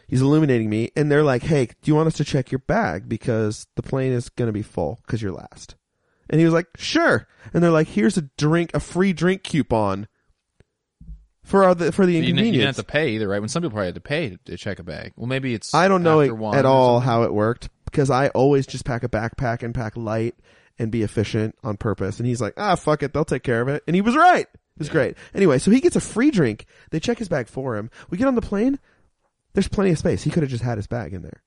S3: He's illuminating me and they're like, "Hey, do you want us to check your bag because the plane is going to be full cuz you're last." And he was like, "Sure." And they're like, "Here's a drink, a free drink coupon." For our, for
S1: You didn't,
S3: the
S1: you
S3: inconvenience.
S1: didn't have to pay either, right? When some people probably had to pay to, to check a bag. Well, maybe it's
S3: I don't know
S1: after
S3: it-
S1: one
S3: at
S1: or
S3: all
S1: something.
S3: how it worked because I always just pack a backpack and pack light and be efficient on purpose. And he's like, ah, fuck it. They'll take care of it. And he was right. It was great. Anyway, so he gets a free drink. They check his bag for him. We get on the plane. There's plenty of space. He could have just had his bag in there.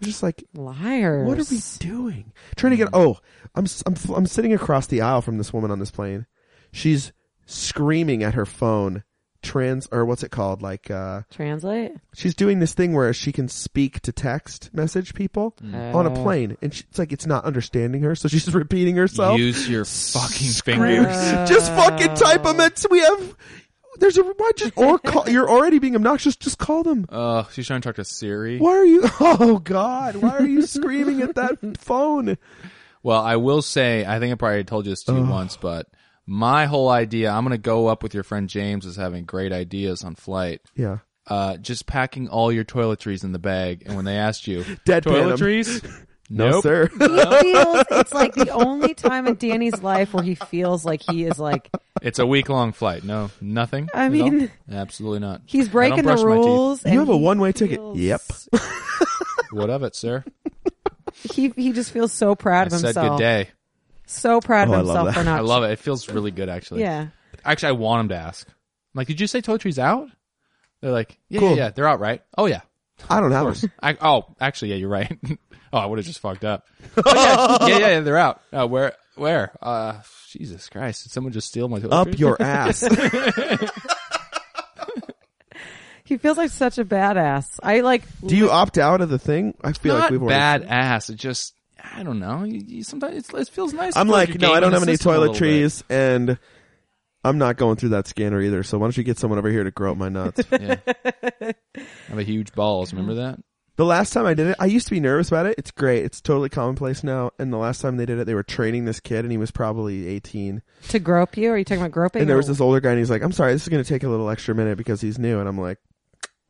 S3: We're just like,
S2: Liars.
S3: what are we doing? Trying
S1: Mm.
S3: to get. Oh, I'm s- I'm fl- I'm sitting across the aisle from this woman on this plane. She's screaming at her phone. Trans or what's it called? Like uh
S2: *laughs* Translate.
S3: she's doing this thing where she can speak to text message people
S2: Mm.
S3: on a
S2: Oh.
S3: plane, and she, it's like it's not understanding her, so she's *laughs* repeating herself.
S1: Use your fucking
S3: Screams.
S1: fingers.
S3: just fucking type them. It's we have. There's a why just or call, you're already being obnoxious. Just call them.
S1: Oh, she's trying to talk to Siri.
S3: Why are you? *laughs* Oh God! Why are you screaming at that phone?
S1: Well, I will say, I think I probably told you this to you once, but my whole idea, I'm going to go up with your friend James is having great ideas on flight.
S3: Yeah.
S1: uh, just packing all your toiletries in the bag, and when they asked you,
S3: *laughs* Deadpan 'em.
S1: toiletries?
S3: *laughs* No
S1: Nope.
S3: sir. *laughs*
S2: feels it's like *laughs* the only time in Danny's life where he feels like he is like
S1: It's a week long flight. No, nothing.
S2: I mean-
S1: No, absolutely not. I
S2: he's
S1: don't
S2: breaking the
S1: brush my teeth.
S2: rules.
S3: You
S2: and
S3: have a
S2: he
S3: one-way ticket.
S2: feels-
S3: Yep.
S1: What of it, sir?
S2: *laughs* He he just feels so proud
S1: I
S2: *laughs* of
S1: said
S2: himself.
S1: good day.
S2: So proud
S3: Oh, I
S2: of
S3: love
S2: himself
S3: that.
S2: for not.
S1: I love it. It feels really good, actually.
S2: Yeah.
S1: Actually, I want him to ask. I'm like, did you say toiletries out? They're like, yeah,
S3: Cool.
S1: yeah, yeah, they're out, right? Oh yeah.
S3: I don't have. them.
S1: I, oh, actually, yeah, you're right. *laughs* oh, I would have just fucked
S3: *laughs*
S1: up. Oh, *laughs* yeah. yeah, yeah, yeah, they're out. Uh, where? Where? Uh, Jesus Christ! Did someone just steal my toiletries?
S3: Up your ass.
S2: He feels like such a badass. I like.
S3: Do you opt out of the thing? I feel
S1: not
S3: like we've already
S1: bad ass. It just I don't know. You, you, sometimes it's, it feels nice. to
S3: I'm
S1: feel
S3: like,
S1: you're
S3: no,
S1: gaming
S3: I don't
S1: the
S3: have any
S1: system a little
S3: toiletries, and I'm not going through that scanner either. So why don't you get someone over here to grow up my nuts?
S1: bit. I have a huge balls. Remember that?
S3: the last time I did it, I used to be nervous about it. It's great. It's totally commonplace now. And the last time they did it, they were training this kid, and he was probably 18.
S2: to grope you? Are you talking about groping?
S3: And there was
S2: or-
S3: this older guy, and he's like, "I'm sorry, this is going to take a little extra minute because he's new." And I'm like,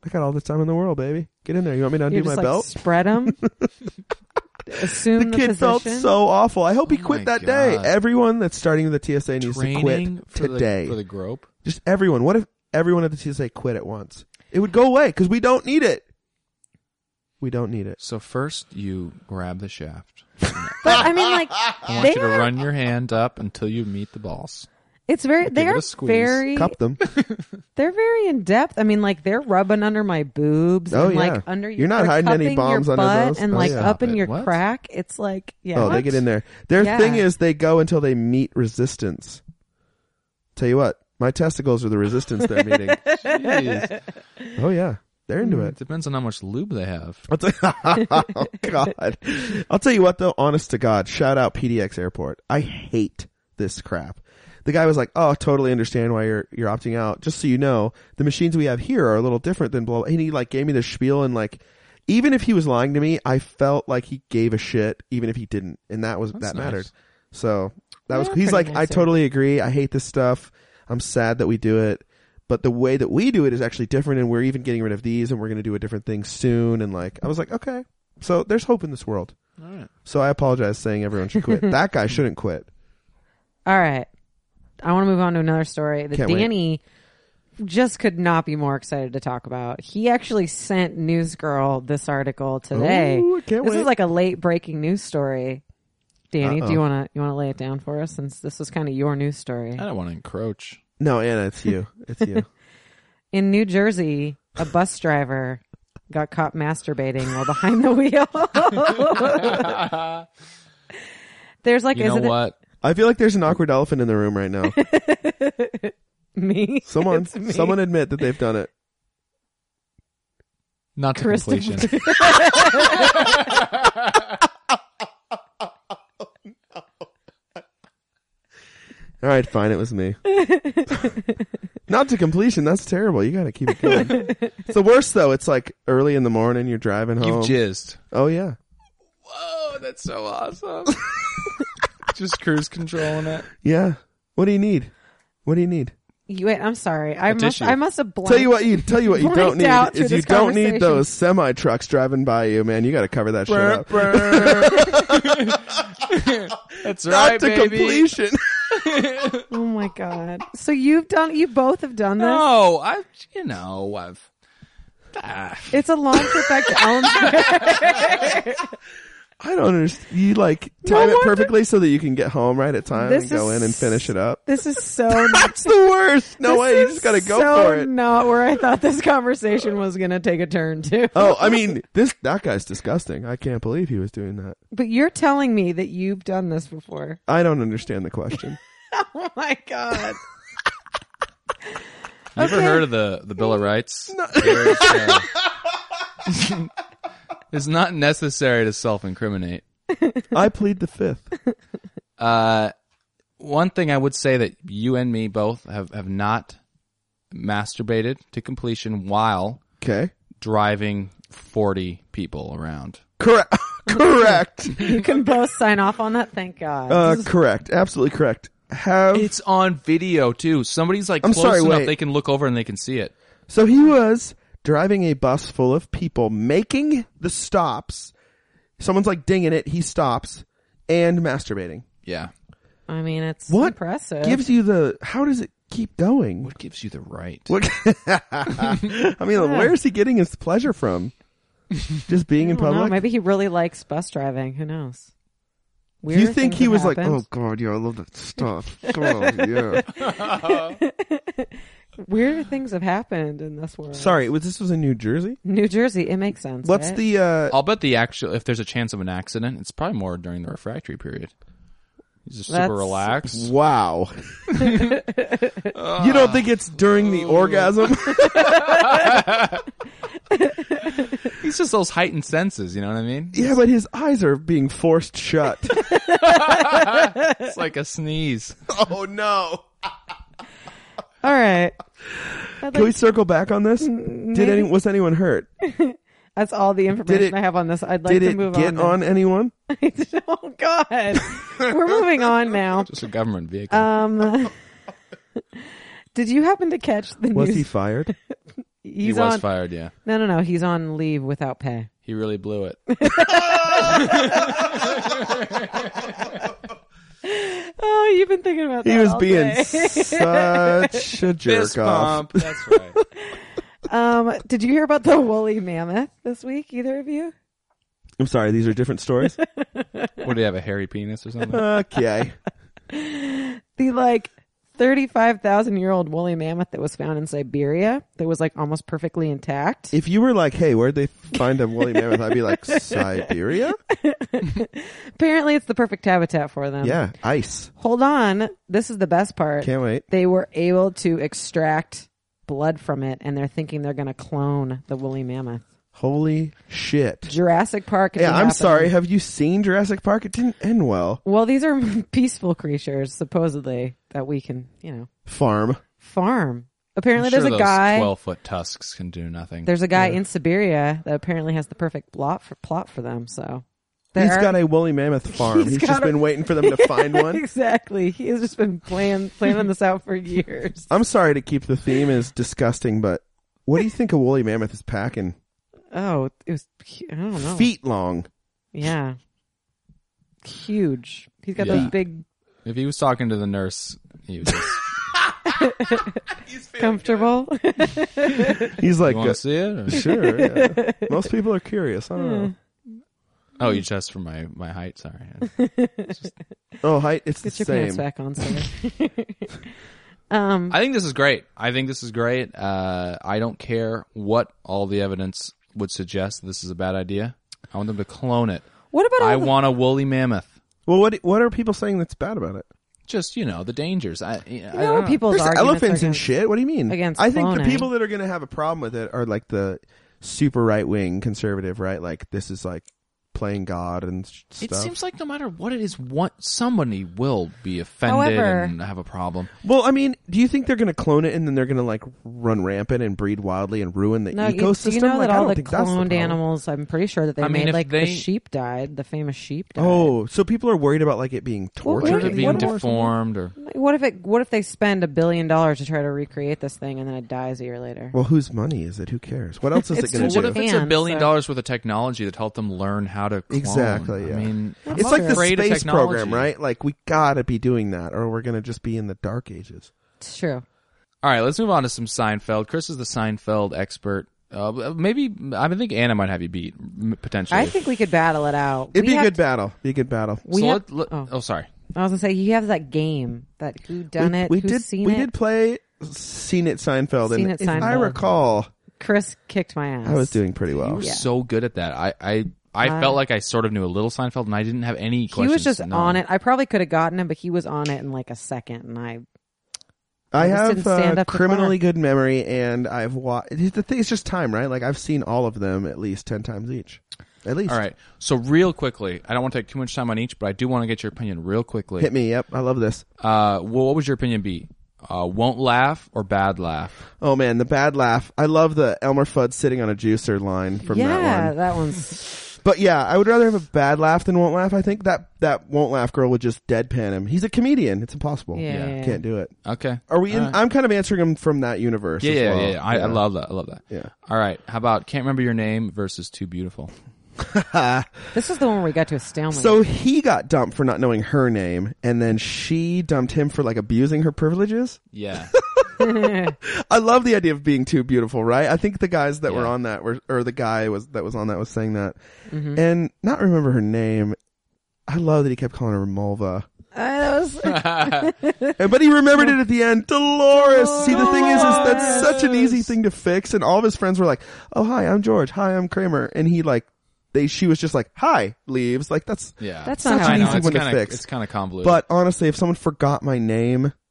S3: "I got all the time in the world, baby. Get in there. You want me to undo
S2: You're
S3: my *laughs*
S2: just like
S3: belt?"
S2: spread them. assume the,
S3: the kid felt
S2: position.
S3: so awful. I hope he
S1: Oh my
S3: quit that day.
S1: God.
S3: Everyone that's starting the TSA needs to
S5: Training
S3: quit
S5: for
S3: today.
S5: the, for the grope.
S3: Just everyone. What if everyone at the TSA quit at once? It would go away because we don't need it. We don't need it.
S1: So first you grab the shaft.
S2: but I mean,
S3: *laughs*
S2: like
S1: I want
S2: they
S1: you to
S2: are-
S1: run your hand up until you meet the
S3: *laughs*
S1: boss.
S2: it's very they
S5: it a
S2: are
S5: squeeze.
S2: very
S3: Cup them.
S2: they're very in depth. I mean, like they're rubbing under my boobs
S3: Oh,
S2: and
S3: yeah.
S2: like under your
S3: You're not
S2: they're
S3: hiding any
S2: cupping
S3: bombs
S2: your
S3: under
S2: butt
S3: those.
S2: and
S3: Oh,
S2: like
S3: yeah.
S2: up in your
S1: What?
S2: crack. It's like yeah,
S3: Oh, they get in there. Their
S2: Yeah.
S3: thing is they go until they meet resistance. Tell you what, my testicles are the resistance they're meeting.
S1: Jeez.
S3: Oh yeah, they're into
S1: it
S3: it.
S1: depends on how much lube they have.
S3: I'll tell- *laughs* oh God! I'll tell you what though. Honest to God, shout out PDX Airport. I hate this crap. The guy was like, "Oh, totally understand why you're you're opting out. Just so you know, the machines we have here are a little different than blah." blah." And he like gave me the spiel and like, even if he was lying to me, I felt like he gave a shit, even if he didn't, and that was
S1: That's
S3: that
S1: nice.
S3: mattered. So that was.
S2: Yeah,
S3: He's like,
S2: pretty
S3: "I
S2: nice, yeah."
S3: totally agree. I hate this stuff. I'm sad that we do it." but the way that we do it is actually different and we're even getting rid of these and we're going to do a different thing soon and like i was like okay so there's hope in this world
S1: All right.
S3: so i apologize saying everyone
S2: *laughs*
S3: should quit that guy shouldn't quit
S2: All right. I want to move on to another story that
S3: Can't wait.
S2: Danny just could not be more excited to talk about. He actually sent Newsgirl this article today.
S3: Ooh, I can't
S2: this
S3: wait.
S2: is like a late breaking news story. Danny,
S3: Uh-oh.
S2: do you want to you want to lay it down for us since this was kind of your news story?
S1: I don't want to
S2: *laughs*
S1: encroach.
S3: no anna it's you it's you
S2: In New Jersey, a bus driver got caught masturbating while behind the wheel. *laughs* There's like
S1: You
S2: is
S1: know
S2: it
S1: what?
S3: i feel like there's an awkward elephant in the room
S2: *laughs*
S3: right now
S2: me?
S3: someone
S2: It's me.
S3: someone admit that they've done it
S1: Not to
S2: Kristen-
S1: completion.
S3: all right fine it was
S2: *laughs*
S3: me not to completion that's terrible you gotta keep it going
S2: *laughs*
S3: it's the worst though it's like early in the morning you're driving home
S1: You've jizzed.
S3: oh yeah
S1: Whoa, that's so
S3: *laughs*
S1: awesome. Just cruise controlling it.
S3: yeah what do you need what do you need
S2: *laughs* You, wait, I'm sorry. I must
S1: tissue.
S2: I must have blanked
S3: Tell you what you tell you
S2: *laughs*
S3: what you don't
S2: Blanked
S3: need
S2: out
S3: is
S2: through
S3: you
S2: this
S3: don't need
S2: conversation.
S3: those semi trucks driving by you, man. You got to cover that shit up.
S1: *laughs* That's
S3: Not
S1: right,
S3: to
S1: baby.
S3: completion. *laughs*
S2: Oh my god! So you've done, you both have done this.
S1: No, I've you know I've. Ah,
S2: It's a long
S1: *laughs*
S2: trip back to Ellensburg.
S3: I don't understand. You like time it
S2: wonder-
S3: perfectly so that you can get home right at time
S2: This
S3: and go
S2: is
S3: in and finish
S2: *laughs*
S3: it up.
S2: This is so. Not,
S3: That's the worst. No
S2: this
S3: way. You
S2: is
S3: just got to go
S2: so
S3: for it.
S2: Not where I thought this conversation was going to take a turn to.
S3: Oh, I mean, this that guy's disgusting. I can't believe he was doing that.
S2: But you're telling me that you've done this before.
S3: I don't understand the
S2: *laughs*
S3: question.
S2: Oh my god!
S1: You ever heard of the the Bill of Rights? There's, uh, *laughs* it's not necessary to self incriminate.
S3: I plead the fifth.
S1: Uh, one thing I would say that you and me both have have not masturbated to completion while
S3: Okay.
S1: driving forty people around.
S3: Correct. *laughs* correct.
S2: *laughs* You can both sign off on that. Thank God.
S3: Uh, correct. Absolutely correct. Have
S1: It's on video too. Somebody's like
S3: I'm
S1: close
S3: sorry,
S1: enough
S3: wait.
S1: they can look over and they can see it.
S3: So he was driving a bus full of people, making the stops. Someone's like dinging it. He stops and masturbating.
S1: Yeah.
S2: I mean, it's
S3: What
S2: impressive.
S3: Gives you the. How does it keep going? *laughs*
S1: What gives you the right?
S3: What, I mean,
S2: *laughs*
S3: where is he getting his pleasure from? Just being
S2: I
S3: in
S2: don't know.
S3: public.
S2: Maybe he really likes bus driving. Who knows? Weird
S3: you think he was like,
S2: happened.
S3: "Oh God, yeah, I love
S2: *laughs*
S3: that stuff." God, yeah.
S2: Weirder things have happened in this world.
S3: oh. Sorry, was, this was in New Jersey.
S2: New Jersey. It makes sense.
S3: What's
S2: right?
S3: the? uh
S1: I'll bet the actual if there's a chance of an accident, it's probably more during the refractory period. He's just
S2: That's-
S1: super relaxed.
S3: *laughs* Wow. you don't think it's during the orgasm?
S1: He's just those heightened senses, you know what I mean?
S3: *laughs* yeah, but his eyes are being forced shut.
S1: It's like a
S2: *laughs*
S1: sneeze.
S3: *laughs* oh no.
S2: All right.
S3: Can we circle back on this? Did any was anyone hurt?
S2: That's all the information
S3: Did it-
S2: I have on this. I'd like
S3: Did
S2: to
S3: it
S2: move
S3: get
S2: on.
S3: on anyone?
S2: now. *laughs* oh God, we're moving on now.
S1: Just a government vehicle.
S2: Um, did you happen to catch the
S3: Was he
S2: news? *laughs*
S3: fired?
S2: he's
S1: he was
S2: on.
S1: fired, yeah.
S2: No, no, no. He's on leave without pay.
S1: He really blew it.
S2: Oh, you've been thinking about that.
S3: He was
S2: all
S3: being
S2: day. *laughs*
S3: such a
S1: Fist
S3: jerk off.
S1: bump. That's right.
S2: um, did you hear about the woolly mammoth this week? Either of you?
S3: I'm sorry, these are different stories.
S1: *laughs* What do you have a hairy penis or
S2: *laughs*
S1: something?
S3: okay.
S2: The like thirty-five thousand year old woolly mammoth that was found in Siberia that was like almost perfectly intact.
S3: If you were like, "Hey, where'd they find a woolly mammoth?" I'd
S2: *laughs*
S3: be like, "Siberia."
S2: Apparently, it's the perfect habitat for them.
S3: Yeah, ice.
S2: Hold on. This is the best part.
S3: Can't wait.
S2: they were able to extract blood from it, and they're thinking they're going to clone the woolly mammoth.
S3: Holy shit.
S2: Jurassic Park. if
S3: Yeah,
S2: it
S3: I'm
S2: happened.
S3: sorry. Have you seen Jurassic Park? It didn't end well.
S2: Well, these are *laughs* peaceful creatures, supposedly, that we can, you know,
S3: Farm.
S2: farm. Apparently,
S1: I'm sure
S2: there's a
S1: those
S2: guy.
S1: Twelve foot tusks can do nothing.
S2: There's a guy in Siberia that apparently has the perfect plot for plot for them. So there
S3: He's
S2: are-
S3: got a
S2: *laughs*
S3: woolly mammoth farm. He's,
S2: He's
S3: just
S2: got a-
S3: been waiting
S2: *laughs*
S3: for them to find one.
S2: exactly. He has just been plan planning this out for years.
S3: I'm sorry to keep the theme as disgusting, but what do you think a woolly mammoth is packing?
S2: Oh, it was. hu- I don't know.
S3: Feet long.
S2: Yeah. Huge. He's got
S1: Yeah.
S2: those big
S1: if he was talking to the nurse, he
S2: *laughs*
S1: was just,
S2: comfortable.
S3: He's like,
S1: you want
S3: uh,
S1: to see it? Or- *laughs*
S2: *laughs*
S3: sure. yeah. Most people are curious. I don't
S2: Hmm.
S3: know.
S1: Oh, you just for my my height. Sorry.
S3: Oh, height.
S2: *laughs*
S3: It's
S2: Get
S3: the
S2: your
S3: same.
S2: pants back on, sir. um,
S1: I think this is great. I think this is great. Uh, I don't care what all the evidence would suggest this is a bad idea. I want them to clone it.
S2: what about all
S1: I
S2: the-
S1: want a woolly mammoth.
S3: Well, what what are people saying that's bad about it?
S1: Just you know the dangers. I, you know, I
S2: you know
S1: don't
S2: what
S1: know.
S2: people's
S3: There's
S2: arguments
S3: elephants
S2: are gonna-
S3: and shit. What do you mean?
S2: against
S3: I think the
S2: cloning.
S3: people that are going to have a problem with it are like the super right wing conservative, right? Like this is like playing God and sh-
S1: It
S3: stuff.
S1: seems like no matter what it is, what somebody will be offended
S2: However-
S1: and have a problem.
S3: well, I mean, do you think they're going to clone it and then they're going to like run rampant and breed wildly and ruin the
S2: No, you,
S3: ecosystem?
S2: do you know
S3: Like,
S2: that
S3: I
S2: all
S3: don't
S2: the
S3: think that's
S2: cloned
S3: problem.
S2: animals? I'm pretty sure that they
S1: I mean,
S2: made
S1: if
S2: like
S1: they-
S2: the sheep died, the famous sheep died.
S3: Oh, so people are worried about like it being
S2: Well,
S3: tortured,
S2: What
S1: Or
S2: if-
S1: it
S3: anymore
S1: being
S2: what if-
S3: or something?
S1: deformed or
S2: Like, what if it? What if they spend a billion dollars to try to recreate this thing and then it dies a year later?
S3: Well, whose money is it? Who cares? What else is it
S2: It's
S3: going
S1: Well,
S3: to
S1: what
S3: do?
S1: if it's a
S2: And
S1: billion
S2: so-
S1: dollars worth of technology that helped them learn how to clone?
S3: Exactly, yeah.
S1: I mean, I'm
S3: it's
S1: not
S3: like the
S1: afraid of
S3: space
S1: technology.
S3: program, right? Like we gotta be doing that, or we're gonna just be in the dark ages.
S2: it's true.
S1: All right, let's move on to some Seinfeld. Chris is the Seinfeld expert. Uh, maybe I think Anna might have you beat m- potentially.
S2: I think we could battle it out.
S3: It'd
S2: We
S3: be a
S2: have
S3: good
S2: to-
S3: battle. Be a good battle.
S2: we
S1: so.
S2: have-
S1: let, let-
S2: oh.
S1: oh. sorry.
S2: I was gonna say you have that game that who done
S3: we,
S2: it?
S3: We
S2: who's
S3: did.
S2: seen
S3: we
S2: it?
S3: did play Seen It Seinfeld,
S2: Seen
S3: and
S2: It
S3: if I
S2: Seinfeld.
S3: recall,
S2: Chris kicked my ass.
S3: I was doing pretty well.
S1: You were so good at that. I I, I felt like I sort of knew a little Seinfeld, and I didn't have any.
S2: Uh, He
S1: questions.
S2: was just
S1: No.
S2: on it. I probably could have gotten him, but he was on it in like a second, and I
S3: I
S2: You just
S3: have
S2: didn't stand
S3: uh,
S2: up to
S3: criminally good memory, and I've watched. The thing it's just time, right? Like I've seen all of them at least ten times each. At least.
S1: All right. So real quickly, I don't want to take too much time on each, but I do want to get your opinion real quickly.
S3: Hit me. Yep. I love this.
S1: Uh, well, what would your opinion be? Uh, won't laugh or bad laugh?
S3: Oh man, the bad laugh. I love the Elmer Fudd sitting on a juicer line from
S2: yeah,
S3: that one. *laughs*
S2: one's
S3: But yeah, I would rather have a bad laugh than won't laugh. I think that that won't laugh girl would just deadpan him. He's a comedian. It's impossible.
S2: Yeah, Yeah. yeah, yeah.
S3: can't do it.
S1: Okay.
S3: Are we? In,
S1: All right.
S3: Uh, I'm kind of answering him from that universe.
S1: Yeah,
S3: as
S1: yeah,
S3: well.
S1: yeah, yeah. I, I love that. I love that.
S3: Yeah.
S1: All right. How about can't remember your name versus too beautiful?
S2: this is the one where we got to a stalemate. *laughs*
S3: So he got dumped for not knowing her name, and then she dumped him for like abusing her privileges.
S1: Yeah.
S3: I love the idea of being too beautiful, right? I think the guys that were
S1: Yeah.
S3: on that were, or the guy was that was on that was saying that,
S1: Mm-hmm.
S3: and not remember her name. I love that he kept calling her Mulva.
S2: Uh, that
S3: *laughs*
S2: was
S1: *laughs*
S3: And- But he remembered it at the end. Dolores. See, the thing is, is that's such an easy thing to fix. And all of his friends were like, "Oh, hi, I'm George. Hi, I'm Kramer." And he like, they, she was just like, "Hi," leaves. Like that's.
S1: yeah.
S2: That's
S1: I
S2: not how
S1: know,
S2: it
S3: easy
S1: it's
S3: one to
S1: kinda-
S3: fix.
S1: It's kind of convoluted.
S3: But honestly, if someone forgot my name, *sighs*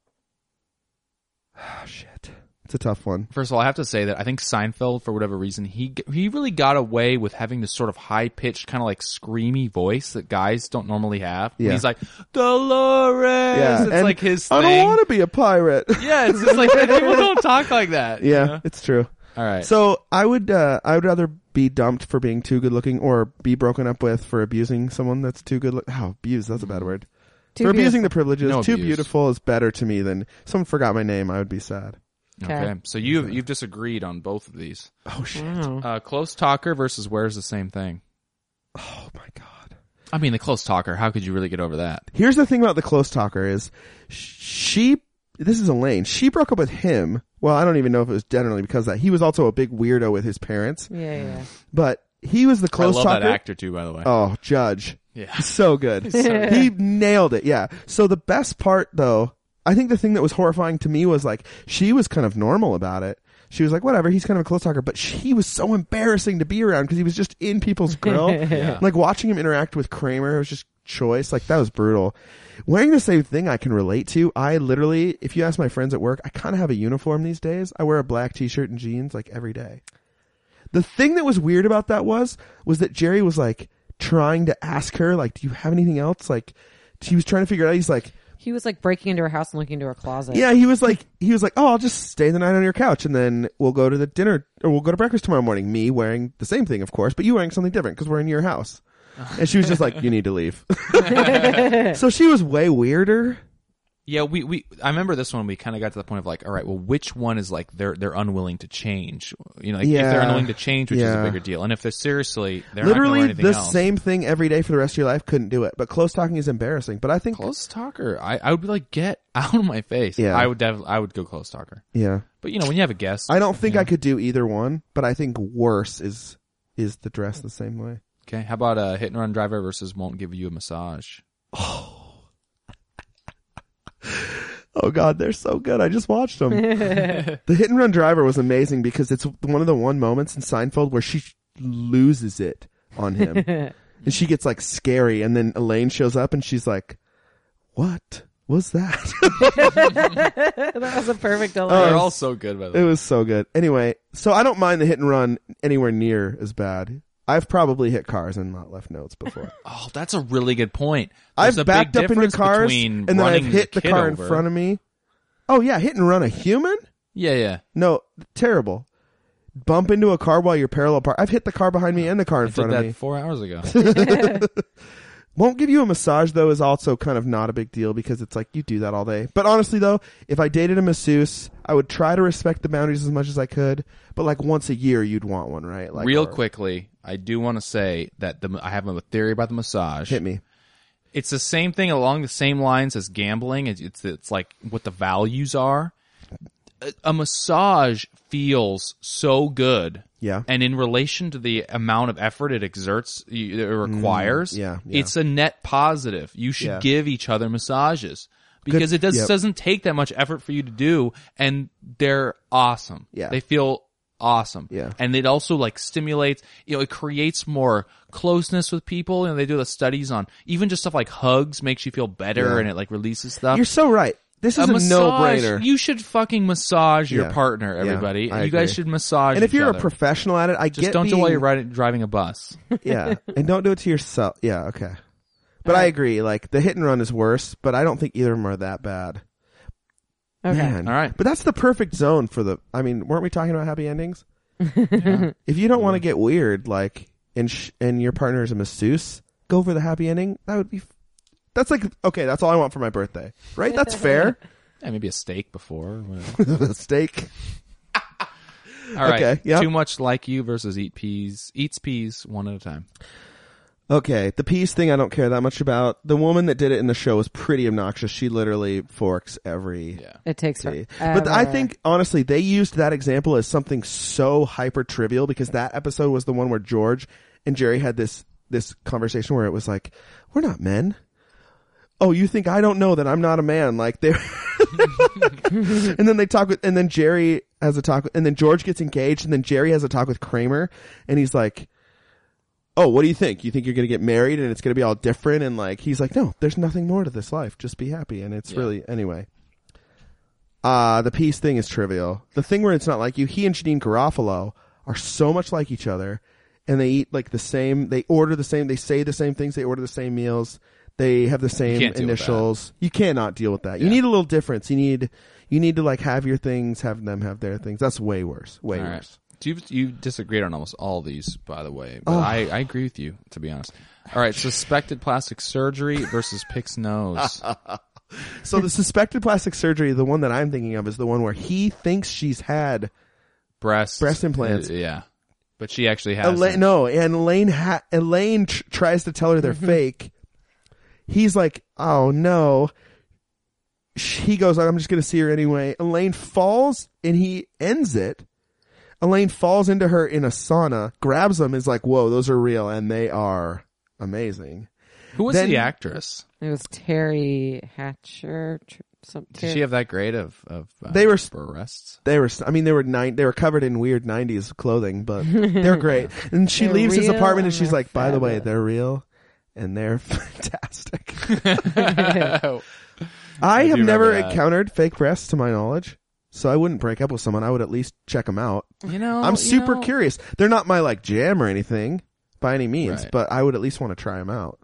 S3: shit, it's a tough one.
S1: First of all, I have to say that I think Seinfeld, for whatever reason, he he really got away with having this sort of high pitched, kind of like screamy voice that guys don't normally have.
S3: Yeah.
S1: He's like Dolores.
S3: Yeah,
S1: it's
S3: and
S1: like his.
S3: I don't
S1: thing.
S3: want to be a pirate.
S1: *laughs*
S3: *laughs*
S1: Yeah, it's just like people don't talk like that. you
S3: yeah,
S1: know?
S3: it's true.
S1: All right.
S3: So I would, uh, I would rather be dumped for being too good looking, or be broken up with for abusing someone that's too good. Look- oh, abuse. That's a bad word.
S2: too
S3: for
S2: beautiful.
S3: abusing the privileges.
S1: No
S3: too
S1: abuse.
S3: beautiful is better to me than someone forgot my name. I would be sad.
S1: okay.
S2: Okay.
S1: So you've you've disagreed on both of these.
S3: Oh shit!
S2: Wow.
S1: Uh, close talker versus where's the same thing.
S3: Oh my god!
S1: I mean, the close talker. How could you really get over that?
S3: Here's the thing about the close talker is she this is Elaine. She broke up with him. Well, I don't even know if it was generally because of that. He was also a big weirdo with his parents,
S2: Yeah, yeah.
S3: but he was the close
S1: I love
S3: talker.
S1: that actor too, by the way.
S3: Oh, Judge. *laughs*
S1: Yeah.
S3: So good. he nailed it. Yeah. So the best part though, I think the thing that was horrifying to me was like she was kind of normal about it. She was like, whatever, he's kind of a close talker, but she was so embarrassing to be around because he was just in *laughs* people's grill.
S1: Yeah.
S3: Like watching him interact with Kramer was just choice. Like that was brutal. Wearing the same thing I can relate to. I literally, if you ask my friends at work, I kind of have a uniform these days. I wear a black t-shirt and jeans like every day. The thing that was weird about that was, was that Jerry was like trying to ask her, like, do you have anything else? Like, he was trying to figure it out. He's like,
S2: He was like breaking into her house and looking into her closet.
S3: yeah, he was like, he was like, oh, I'll just stay the night on your couch and then we'll go to the dinner or we'll go to breakfast tomorrow morning. Me wearing the same thing, of course, but you wearing something different because we're in
S1: *laughs*
S3: your house. And she was just like, you need to leave. *laughs* so she was way weirder.
S1: Yeah, we, we I remember this one. We kind of got to the point of like, all right, well, which one is like they're they're unwilling to change? You know, like if they're
S3: Yeah.
S1: unwilling to change, which is a
S3: Yeah.
S1: bigger deal, and if they're seriously, they're not
S3: Literally
S1: gonna wear
S3: the
S1: anything else.
S3: same thing every day for the rest of your life couldn't do it. But close talking is embarrassing. But I think,
S1: Close talker. I, I would be like, get *laughs* out of my face.
S3: Yeah.
S1: I would def- I would go close talker.
S3: yeah,
S1: But you know, when you have a guest,
S3: I don't think I could do either one. But I think worse is is the dress the same way.
S1: okay. How about a hit and run driver versus won't give you a massage?
S3: Oh God, they're so good. I just watched them. the hit and run driver was amazing because it's one of the one moments in Seinfeld where she loses it on him, and she gets like scary, and then Elaine shows up and she's like, "What was that?"
S2: *laughs*
S3: *laughs*
S2: that was a perfect
S3: Oh,
S2: illustration.
S1: They're all so good by the
S3: Uh, it
S1: way.
S3: was so good. Anyway, so I don't mind the hit and run anywhere near as bad. I've probably hit cars and not left notes before.
S1: Oh, that's a really good point. There's a
S3: I've backed
S1: big
S3: up into
S1: difference
S3: cars
S1: between
S3: and then I've
S1: running your
S3: hit the
S1: kid
S3: car in
S1: over-
S3: front of me. Oh yeah, hit and run a human?
S1: Yeah, yeah.
S3: No, terrible. Bump into a car while you're parallel park. I've hit the car behind me and the car
S1: I
S3: in
S1: did
S3: front of
S1: that
S3: me.
S1: four hours ago.
S3: Won't give you a massage though is also kind of not a big deal because it's like you do that all day. But honestly though, if I dated a masseuse, I would try to respect the boundaries as much as I could. But like once a year, you'd want one, right? Like
S1: Real
S3: or-
S1: quickly, I do want to say that the I have a theory about the massage.
S3: hit me.
S1: It's the same thing along the same lines as gambling. It's it's, it's like what the values are. A, a massage feels so good.
S3: Yeah.
S1: And in relation to the amount of effort it exerts, you- it requires,
S3: Mm, yeah, yeah.
S1: it's a net positive. You should
S3: Yeah.
S1: give each other massages because it does
S3: yep.
S1: doesn't take that much effort for you to do, and they're awesome.
S3: Yeah.
S1: they feel awesome.
S3: Yeah.
S1: and it also like stimulates. You know, it creates more closeness with people, and they do the studies on even just stuff like hugs makes you feel better, and it like releases stuff.
S3: You're so right. This
S1: Uh, a
S3: is a,
S1: massage,
S3: no-brainer.
S1: You should fucking massage your
S3: Yeah.
S1: partner,
S3: Yeah,
S1: everybody.
S3: I
S1: you guys
S3: agree.
S1: should massage.
S3: and if
S1: each
S3: you're
S1: other.
S3: a professional at it, I
S1: Just
S3: get
S1: don't do it while
S3: being-
S1: you're riding, driving a bus. *laughs*
S3: yeah, and don't do it to yourself. Yeah, okay. But I agree. Like the hit and run is worse, but I don't think either of them are that bad.
S2: okay.
S3: Man.
S1: All right.
S3: But that's the perfect zone for the. I mean, weren't we talking about happy endings? If you don't want to get weird, like, and sh- and your partner is a masseuse, go for the happy ending. That would be. F- that's like okay. That's all I want for my birthday, right?
S1: *laughs*
S3: That's fair. *laughs*
S1: Yeah, maybe a steak before. or whatever.
S3: Steak.
S1: All right.
S3: Okay, yep.
S1: Too much like you versus eat peas. Eats peas one at a time.
S3: Okay, the peas thing I don't care that much about. The woman that did it in the show was pretty obnoxious. She literally forks every
S1: Yeah.
S2: It takes her.
S3: See. But I think honestly, they used that example as something so hyper trivial because that episode was the one where George and Jerry had this this conversation where it was like, "We're not men." Oh, you think I don't know that I'm not a man? Like they, *laughs* and then they talk with, and then Jerry has a talk, with- and then George gets engaged, and then Jerry has a talk with Kramer, and he's like, "Oh, what do you think? You think you're gonna get married and it's gonna be all different?" And like he's like, "No, there's nothing more to this life. Just be happy." And it's really anyway. Uh, the peace thing is trivial. The thing where it's not like you, he and Janine Garofalo are so much like each other and they eat like the same, they order the same, they say the same things, they order the same meals, they have the same
S1: can't deal with that.
S3: initials. You cannot deal with that. You need a little difference. You need, you need to like have your things, have them have their things. That's way worse. Way
S1: All right.
S3: worse.
S1: Do you, you disagreed on almost all these, by the way, but I, I agree with you, to be honest. All right, suspected plastic surgery versus pick's
S3: *laughs*
S1: nose.
S3: So the suspected plastic surgery, the one that I'm thinking of is the one where he thinks she's had
S1: Breast.
S3: Breast implants.
S1: Uh, yeah. But she actually has.
S3: Elaine, no, and Elaine ha- Elaine tr- tries to tell her they're fake. He's like, "Oh no." Sh- He goes, "I'm just going to see her anyway." Elaine falls and he ends it. Elaine falls into her in a sauna, grabs them, is like, "Whoa, those are real and they are amazing."
S1: Who was
S3: Then-
S1: the actress?
S2: It was Terry Hatcher. Tr- Some,
S1: Did she
S2: Terry-
S1: have that grade of of uh,
S3: They were-
S1: for
S3: *laughs*
S1: arrests?
S3: They were, s- I mean, they were nine, they were covered in weird 90s clothing, but
S2: *laughs*
S3: they're great. And she
S2: They're
S3: leaves his
S2: real
S3: apartment
S2: and
S3: and she's
S2: they're
S3: like, by the way,
S2: fabulous."
S3: they're real and they're *laughs*
S1: *laughs*
S3: fantastic.
S1: I
S3: I,
S1: do
S3: have never
S1: remember that.
S3: encountered fake breasts to my knowledge. So I wouldn't break up with someone. I would at least check them out.
S1: You know,
S3: I'm
S1: you
S3: super
S1: know-
S3: curious. They're not my like jam or anything by any means,
S1: Right.
S3: but I would at least want to try them out.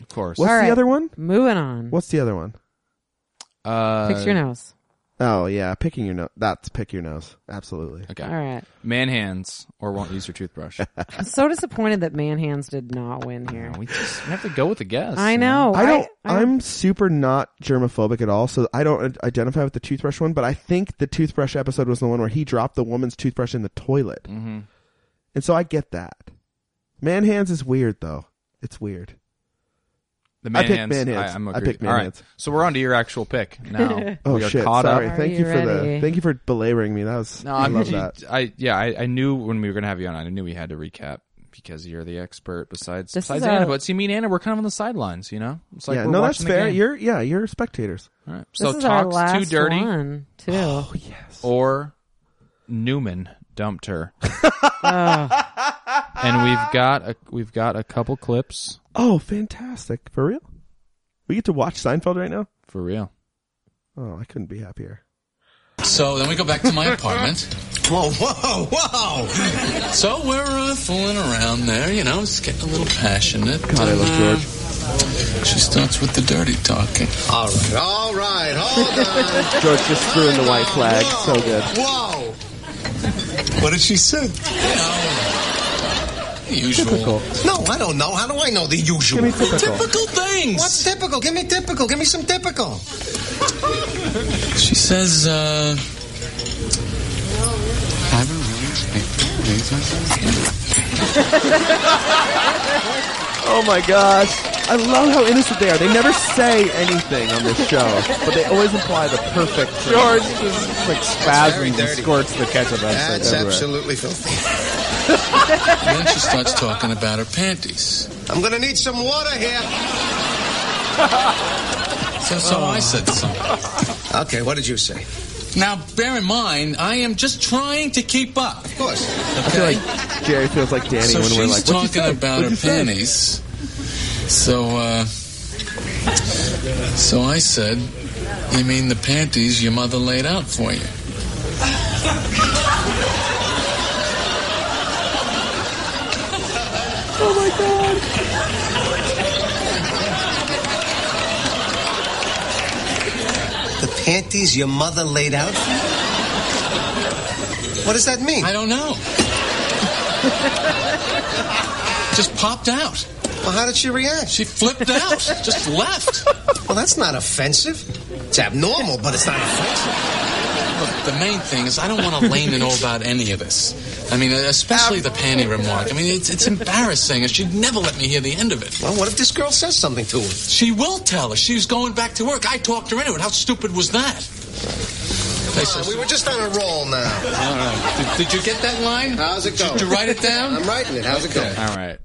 S1: Of course.
S3: What's
S2: All right.
S3: the other one?
S2: Moving on.
S3: What's the other one?
S1: Uh,
S2: Fix your nose.
S3: Oh yeah, picking your nose. That's pick your nose. Absolutely.
S1: Okay.
S2: All right.
S1: Man hands or won't use your
S3: *laughs*
S1: toothbrush.
S2: I'm so disappointed that Manhands did not win here.
S1: Yeah, we just we have to go with the guess.
S2: I
S1: man.
S2: know.
S3: Oh, I don't. I, am super not germophobic at all, so I don't ad- identify with the toothbrush one. But I think the toothbrush episode was the one where he dropped the woman's toothbrush in the toilet,
S1: Mhm.
S3: and so I get that. Man hands is weird though. It's weird.
S1: The
S3: I
S1: man
S3: picked
S1: hands.
S3: man hands.
S1: I, I'm
S3: I
S1: agree.
S3: picked man
S1: All right.
S3: hands.
S1: So we're on to your actual pick
S3: *laughs*
S1: now.
S3: Oh
S1: we are
S3: shit!
S1: Caught
S3: Sorry.
S1: up.
S3: Thank
S2: Are
S3: you
S2: you
S3: for the.
S2: ready?
S3: Thank you for belaboring me. That was.
S1: No,
S3: I
S1: I'm.
S3: love
S1: you-
S3: that.
S1: I yeah. I, I knew when we were gonna have you on. I knew we had to recap because you're the expert. Besides
S2: This
S1: besides
S2: is
S1: Anna,
S2: a-
S1: but see, me and Anna, we're kind of on the sidelines. You know, it's like
S3: yeah.
S1: we're
S3: No, that's
S1: watching the
S3: fair.
S1: game.
S3: You're yeah. You're spectators.
S1: All right.
S2: This
S1: So
S2: is our
S1: talks
S2: last
S1: too dirty
S2: one, too. Oh,
S1: or Newman dumped
S3: *laughs*
S1: her. and we've got a we've got a couple clips
S3: Oh, fantastic! For real. We get to watch Seinfeld right now.
S1: for real.
S3: Oh, I couldn't be happier.
S5: So then we go back to my apartment. Whoa, whoa, whoa! So we're uh, fooling around there, you know, just getting a little passionate. God, I love George. She starts with the dirty talking. All right, all right, hold
S3: *laughs*
S5: on.
S3: George just threw in the white flag. So good.
S5: Whoa! What did she say? usual.
S6: No, I don't know. How do I know the usual?
S3: Give me typical.
S5: Typical things.
S6: What's typical? Give me typical. Give me some typical.
S5: She says, uh. Haven't really expected these myself."
S3: Oh my gosh. I love how innocent they are. They never say anything on this show, but they always imply the perfect. George just like
S6: very
S3: spasms
S6: and dirty.
S3: squirts the ketchup
S6: That's absolutely filthy.
S5: And then she starts talking about her panties.
S6: I'm gonna need some water here.
S5: So, so I said something.
S6: Okay, what did you say?
S5: Now, bear in mind, I am just trying to keep up.
S6: Of course.
S3: I feel like Jerry feels like Danny
S5: So
S3: when we're
S5: she's
S3: like, "What'd you say?
S5: talking about
S3: What'd
S5: her
S3: you say?"
S5: panties. So, uh, so I said, "You mean the panties your mother laid out for you?"
S6: The panties your mother laid out. for you? What does that mean?
S5: I don't know. just popped out.
S6: Well, how did she react?
S5: She flipped out. just left.
S6: Well, that's not offensive. It's abnormal, but it's not offensive.
S5: Look, the main thing is I don't want Elaine to know about any of this. I mean, especially the panty remark. I mean, it's, it's embarrassing, and she'd never let me hear the end of it.
S6: Well, what if this girl says something to him?
S5: She will tell us. She was going back to work. I talked her into it. How stupid was that? They
S6: Come
S5: said-
S6: on, we were just on a roll now.
S5: All right. Did, did you get that line?
S6: How's it going?
S5: Did you write it
S6: I'm
S5: down?
S6: writing it. How's it going?
S1: All right.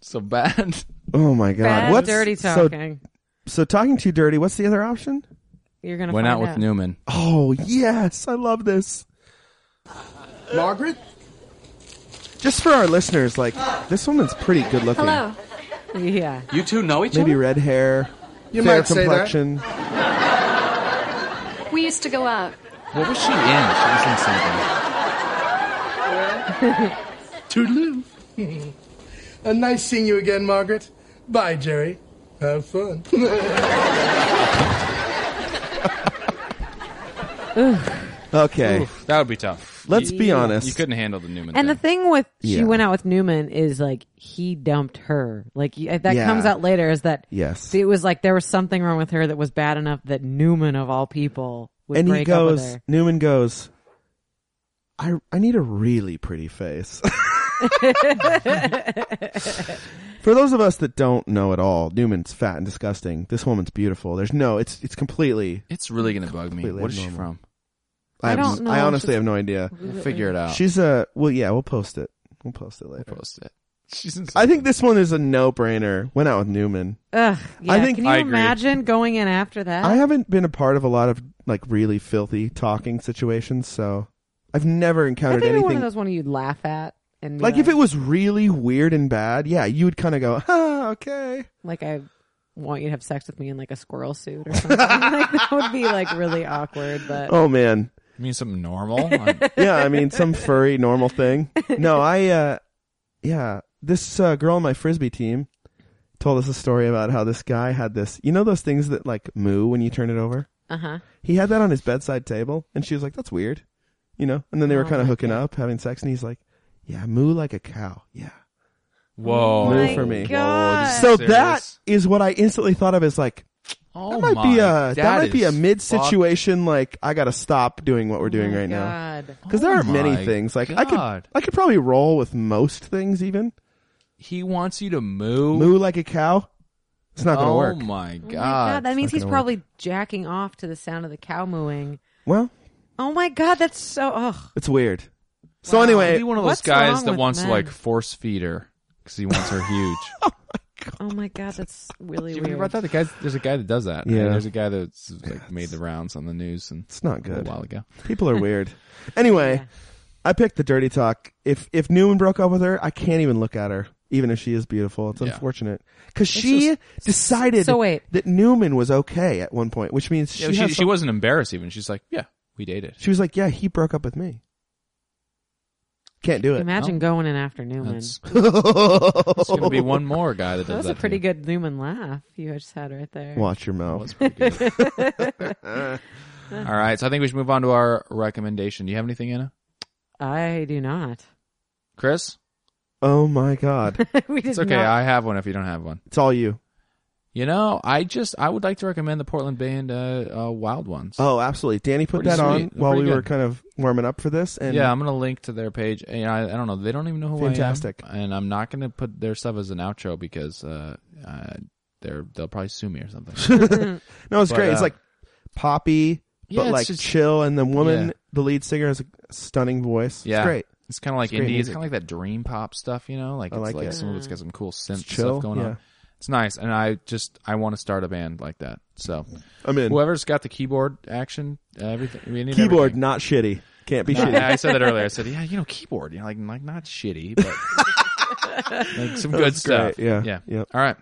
S1: So bad.
S3: Oh my god.
S2: Bad
S3: what's
S2: dirty
S3: so-
S2: talking.
S3: So, talking too dirty, what's the other option?
S2: You're gonna
S1: Went
S2: find
S1: out with
S3: *laughs*
S1: Newman.
S3: Oh, yes. I love this. Margaret? Just for our listeners, like, this woman's pretty good looking.
S7: Hello.
S2: Yeah.
S5: You two know each
S3: Maybe red hair,
S6: You
S3: fair
S6: might say that.
S3: complexion.
S7: We used to go out.
S1: What was she in? She was in something.
S8: Toodaloo. uh, nice seeing you again, Margaret. Bye, Jerry. Have fun.
S3: Okay.
S1: That would be tough.
S3: Let's be honest.
S1: You couldn't handle the Newman
S2: And the
S1: thing.
S2: thing with she
S3: Yeah.
S2: went out with Newman is like he dumped her. Like y- that
S3: Yeah.
S2: comes out later is that
S3: Yes.
S2: it was like there was something wrong with her that was bad enough that Newman of all people would
S3: and
S2: break
S3: he
S2: up with
S3: goes
S2: her.
S3: newman goes i i need a really pretty face *laughs* For those of us that don't know at all, Newman's fat and disgusting. This woman's beautiful. There's no. It's it's completely.
S1: It's really gonna bug me.
S3: Completely
S1: What is she
S3: abnormal.
S1: from?
S3: I,
S4: I
S3: have-
S4: don't know,
S3: I honestly
S4: just-
S3: have no idea.
S1: We'll figure it out.
S3: She's a well. Yeah, we'll post it. We'll post it later.
S1: post it. She's insane.
S3: I think this one is a no-brainer. Went out with Newman.
S4: Ugh, yeah.
S3: I think-
S4: Can you
S1: I agree.
S4: imagine going in after
S2: Uh-huh.
S4: that?
S3: I haven't been a part of a lot of like really filthy talking situations, so I've never
S2: I
S3: encountered
S2: think one
S3: anything
S2: of those one you'd laugh at and be
S3: like if it was really weird and bad. Yeah, you would kind of go, ah, okay.
S2: like I want you to have sex with me in like a squirrel suit
S4: *laughs*
S2: or something. like, that would be like really awkward, but
S3: Oh man,
S1: I mean something *laughs* normal. I'm-
S3: yeah, I mean, some furry normal thing. No, I, uh, yeah, this uh, girl on my frisbee team told us a story about how this guy had this. You know those things that like moo when you turn it over.
S4: Uh huh.
S3: He had that on his bedside table, and she was like, "That's weird," you know. And then they were kind of hooking up, having sex, and he's like, "Yeah, moo like a cow." Yeah.
S1: Whoa.
S3: Move for me.
S1: Whoa, this is
S3: So
S1: serious.
S3: that is what I instantly thought of as like
S1: Oh
S3: that might
S1: my,
S3: be a that, might
S1: is
S3: be a mid
S1: fucked.
S3: situation like I gotta stop doing what we're doing right now.
S4: Oh God.
S3: because there
S1: Oh
S3: aren't many
S1: my
S3: things like I could
S1: God.
S3: I could probably roll with most things even
S1: He wants you to move.
S3: moo like a cow. It's not gonna
S1: oh
S3: work.
S1: my god.
S4: Oh my God, that means he's
S3: gonna
S4: probably jacking off to the sound of the cow mooing.
S3: Well,
S4: Oh my God, that's so. Ugh.
S3: it's weird. So
S1: He'd
S3: anyway,
S1: be one of those
S4: What's
S1: guys
S4: wrong
S1: that
S4: with
S1: wants
S4: men?
S1: to like force feed her because he wants her huge.
S4: Oh my God, that's really
S1: you heard
S4: weird.
S1: about that? The guys, there's a guy that does that.
S3: Yeah.
S1: there's a guy that's like made the rounds on the news and
S3: it's not
S1: a little
S3: good.
S1: while ago.
S3: People
S1: *laughs*
S3: are weird. Anyway, I picked the dirty talk. If if Newman broke up with her, I can't even look at her, even if she is beautiful. It's
S1: Yeah.
S3: unfortunate because she decided
S4: so wait.
S3: that Newman was okay at one point, which means
S1: Yeah,
S3: she
S1: she,
S3: has
S1: she,
S3: some-
S1: wasn't embarrassed even. She's like, yeah, we dated.
S3: she was like, yeah, he broke up with me. Can't do it.
S4: Imagine
S1: No.
S4: going in after Newman.
S1: That's, *laughs* that's gonna be one more guy that
S4: That
S1: does
S4: was
S1: that.
S4: a pretty
S1: to you.
S4: good Newman laugh you just had right there.
S3: *laughs* Watch your mouth.
S1: That was pretty good.
S3: *laughs*
S1: All right, so I think we should move on to our recommendation. Do you have anything, Anna?
S4: I do not. *laughs*
S1: Chris?
S3: Oh
S2: *laughs*
S3: my god,
S4: we did
S1: It's okay.
S4: not.
S1: I have one if you don't have one.
S3: it's all you.
S1: You know, I just I would like to recommend the Portland band uh, uh, Wild Ones.
S3: Oh, absolutely. Danny put
S1: Pretty
S3: that on
S1: sweet.
S3: while
S1: Pretty
S3: we were
S1: good.
S3: kind of warming up for this, and
S1: yeah, I'm gonna link to their page. And I, I don't know, they don't even know who
S3: Fantastic.
S1: I am, and I'm not gonna put their stuff as an outro because uh, uh, they're they'll probably sue me or something.
S3: no, it's
S1: But,
S3: great.
S1: uh,
S3: it's like poppy,
S1: Yeah,
S3: but
S1: it's
S3: like
S1: just-
S3: chill, and the woman,
S1: Yeah.
S3: the lead singer, has a stunning voice.
S1: yeah,
S3: it's great.
S1: It's kind of like
S3: It's great
S1: indie. It's
S3: music.
S1: kind of like that dream pop stuff, you know. Like
S3: I
S1: it's
S3: like
S1: like,
S3: it.
S1: some of it's got some cool synth
S3: chill,
S1: stuff going
S3: yeah.
S1: on. It's nice, and I just I want to start a band like that. So
S3: I'm in.
S1: whoever's got the keyboard action, uh, everything we need
S3: Keyboard,
S1: everything.
S3: not shitty. Can't be
S1: Not-
S3: shitty.
S1: I said that earlier. I said, yeah, you know, keyboard, you know, like like not shitty,
S3: *laughs*
S1: but like some good stuff.
S3: great, yeah,
S1: yeah,
S3: yep.
S1: All right,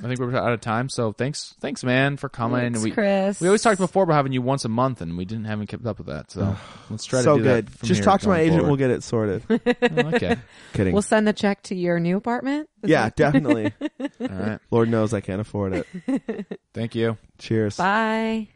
S1: I think we're out of time. So thanks, thanks, man, for coming. we
S2: Chris.
S1: we always talked before about having you once a month, and we didn't haven't kept up with that.
S3: *sighs*
S1: So let's try
S3: so
S1: to do
S3: good.
S1: that. From
S3: Just
S1: here
S3: talk to my
S1: going
S3: agent. We'll
S1: forward.
S3: get it sorted.
S1: Oh, okay.
S3: Kidding.
S4: We'll send the check to your new apartment.
S3: yeah, definitely.
S1: *laughs* All right.
S3: Lord knows I can't afford it.
S1: Thank you.
S3: Cheers.
S4: Bye.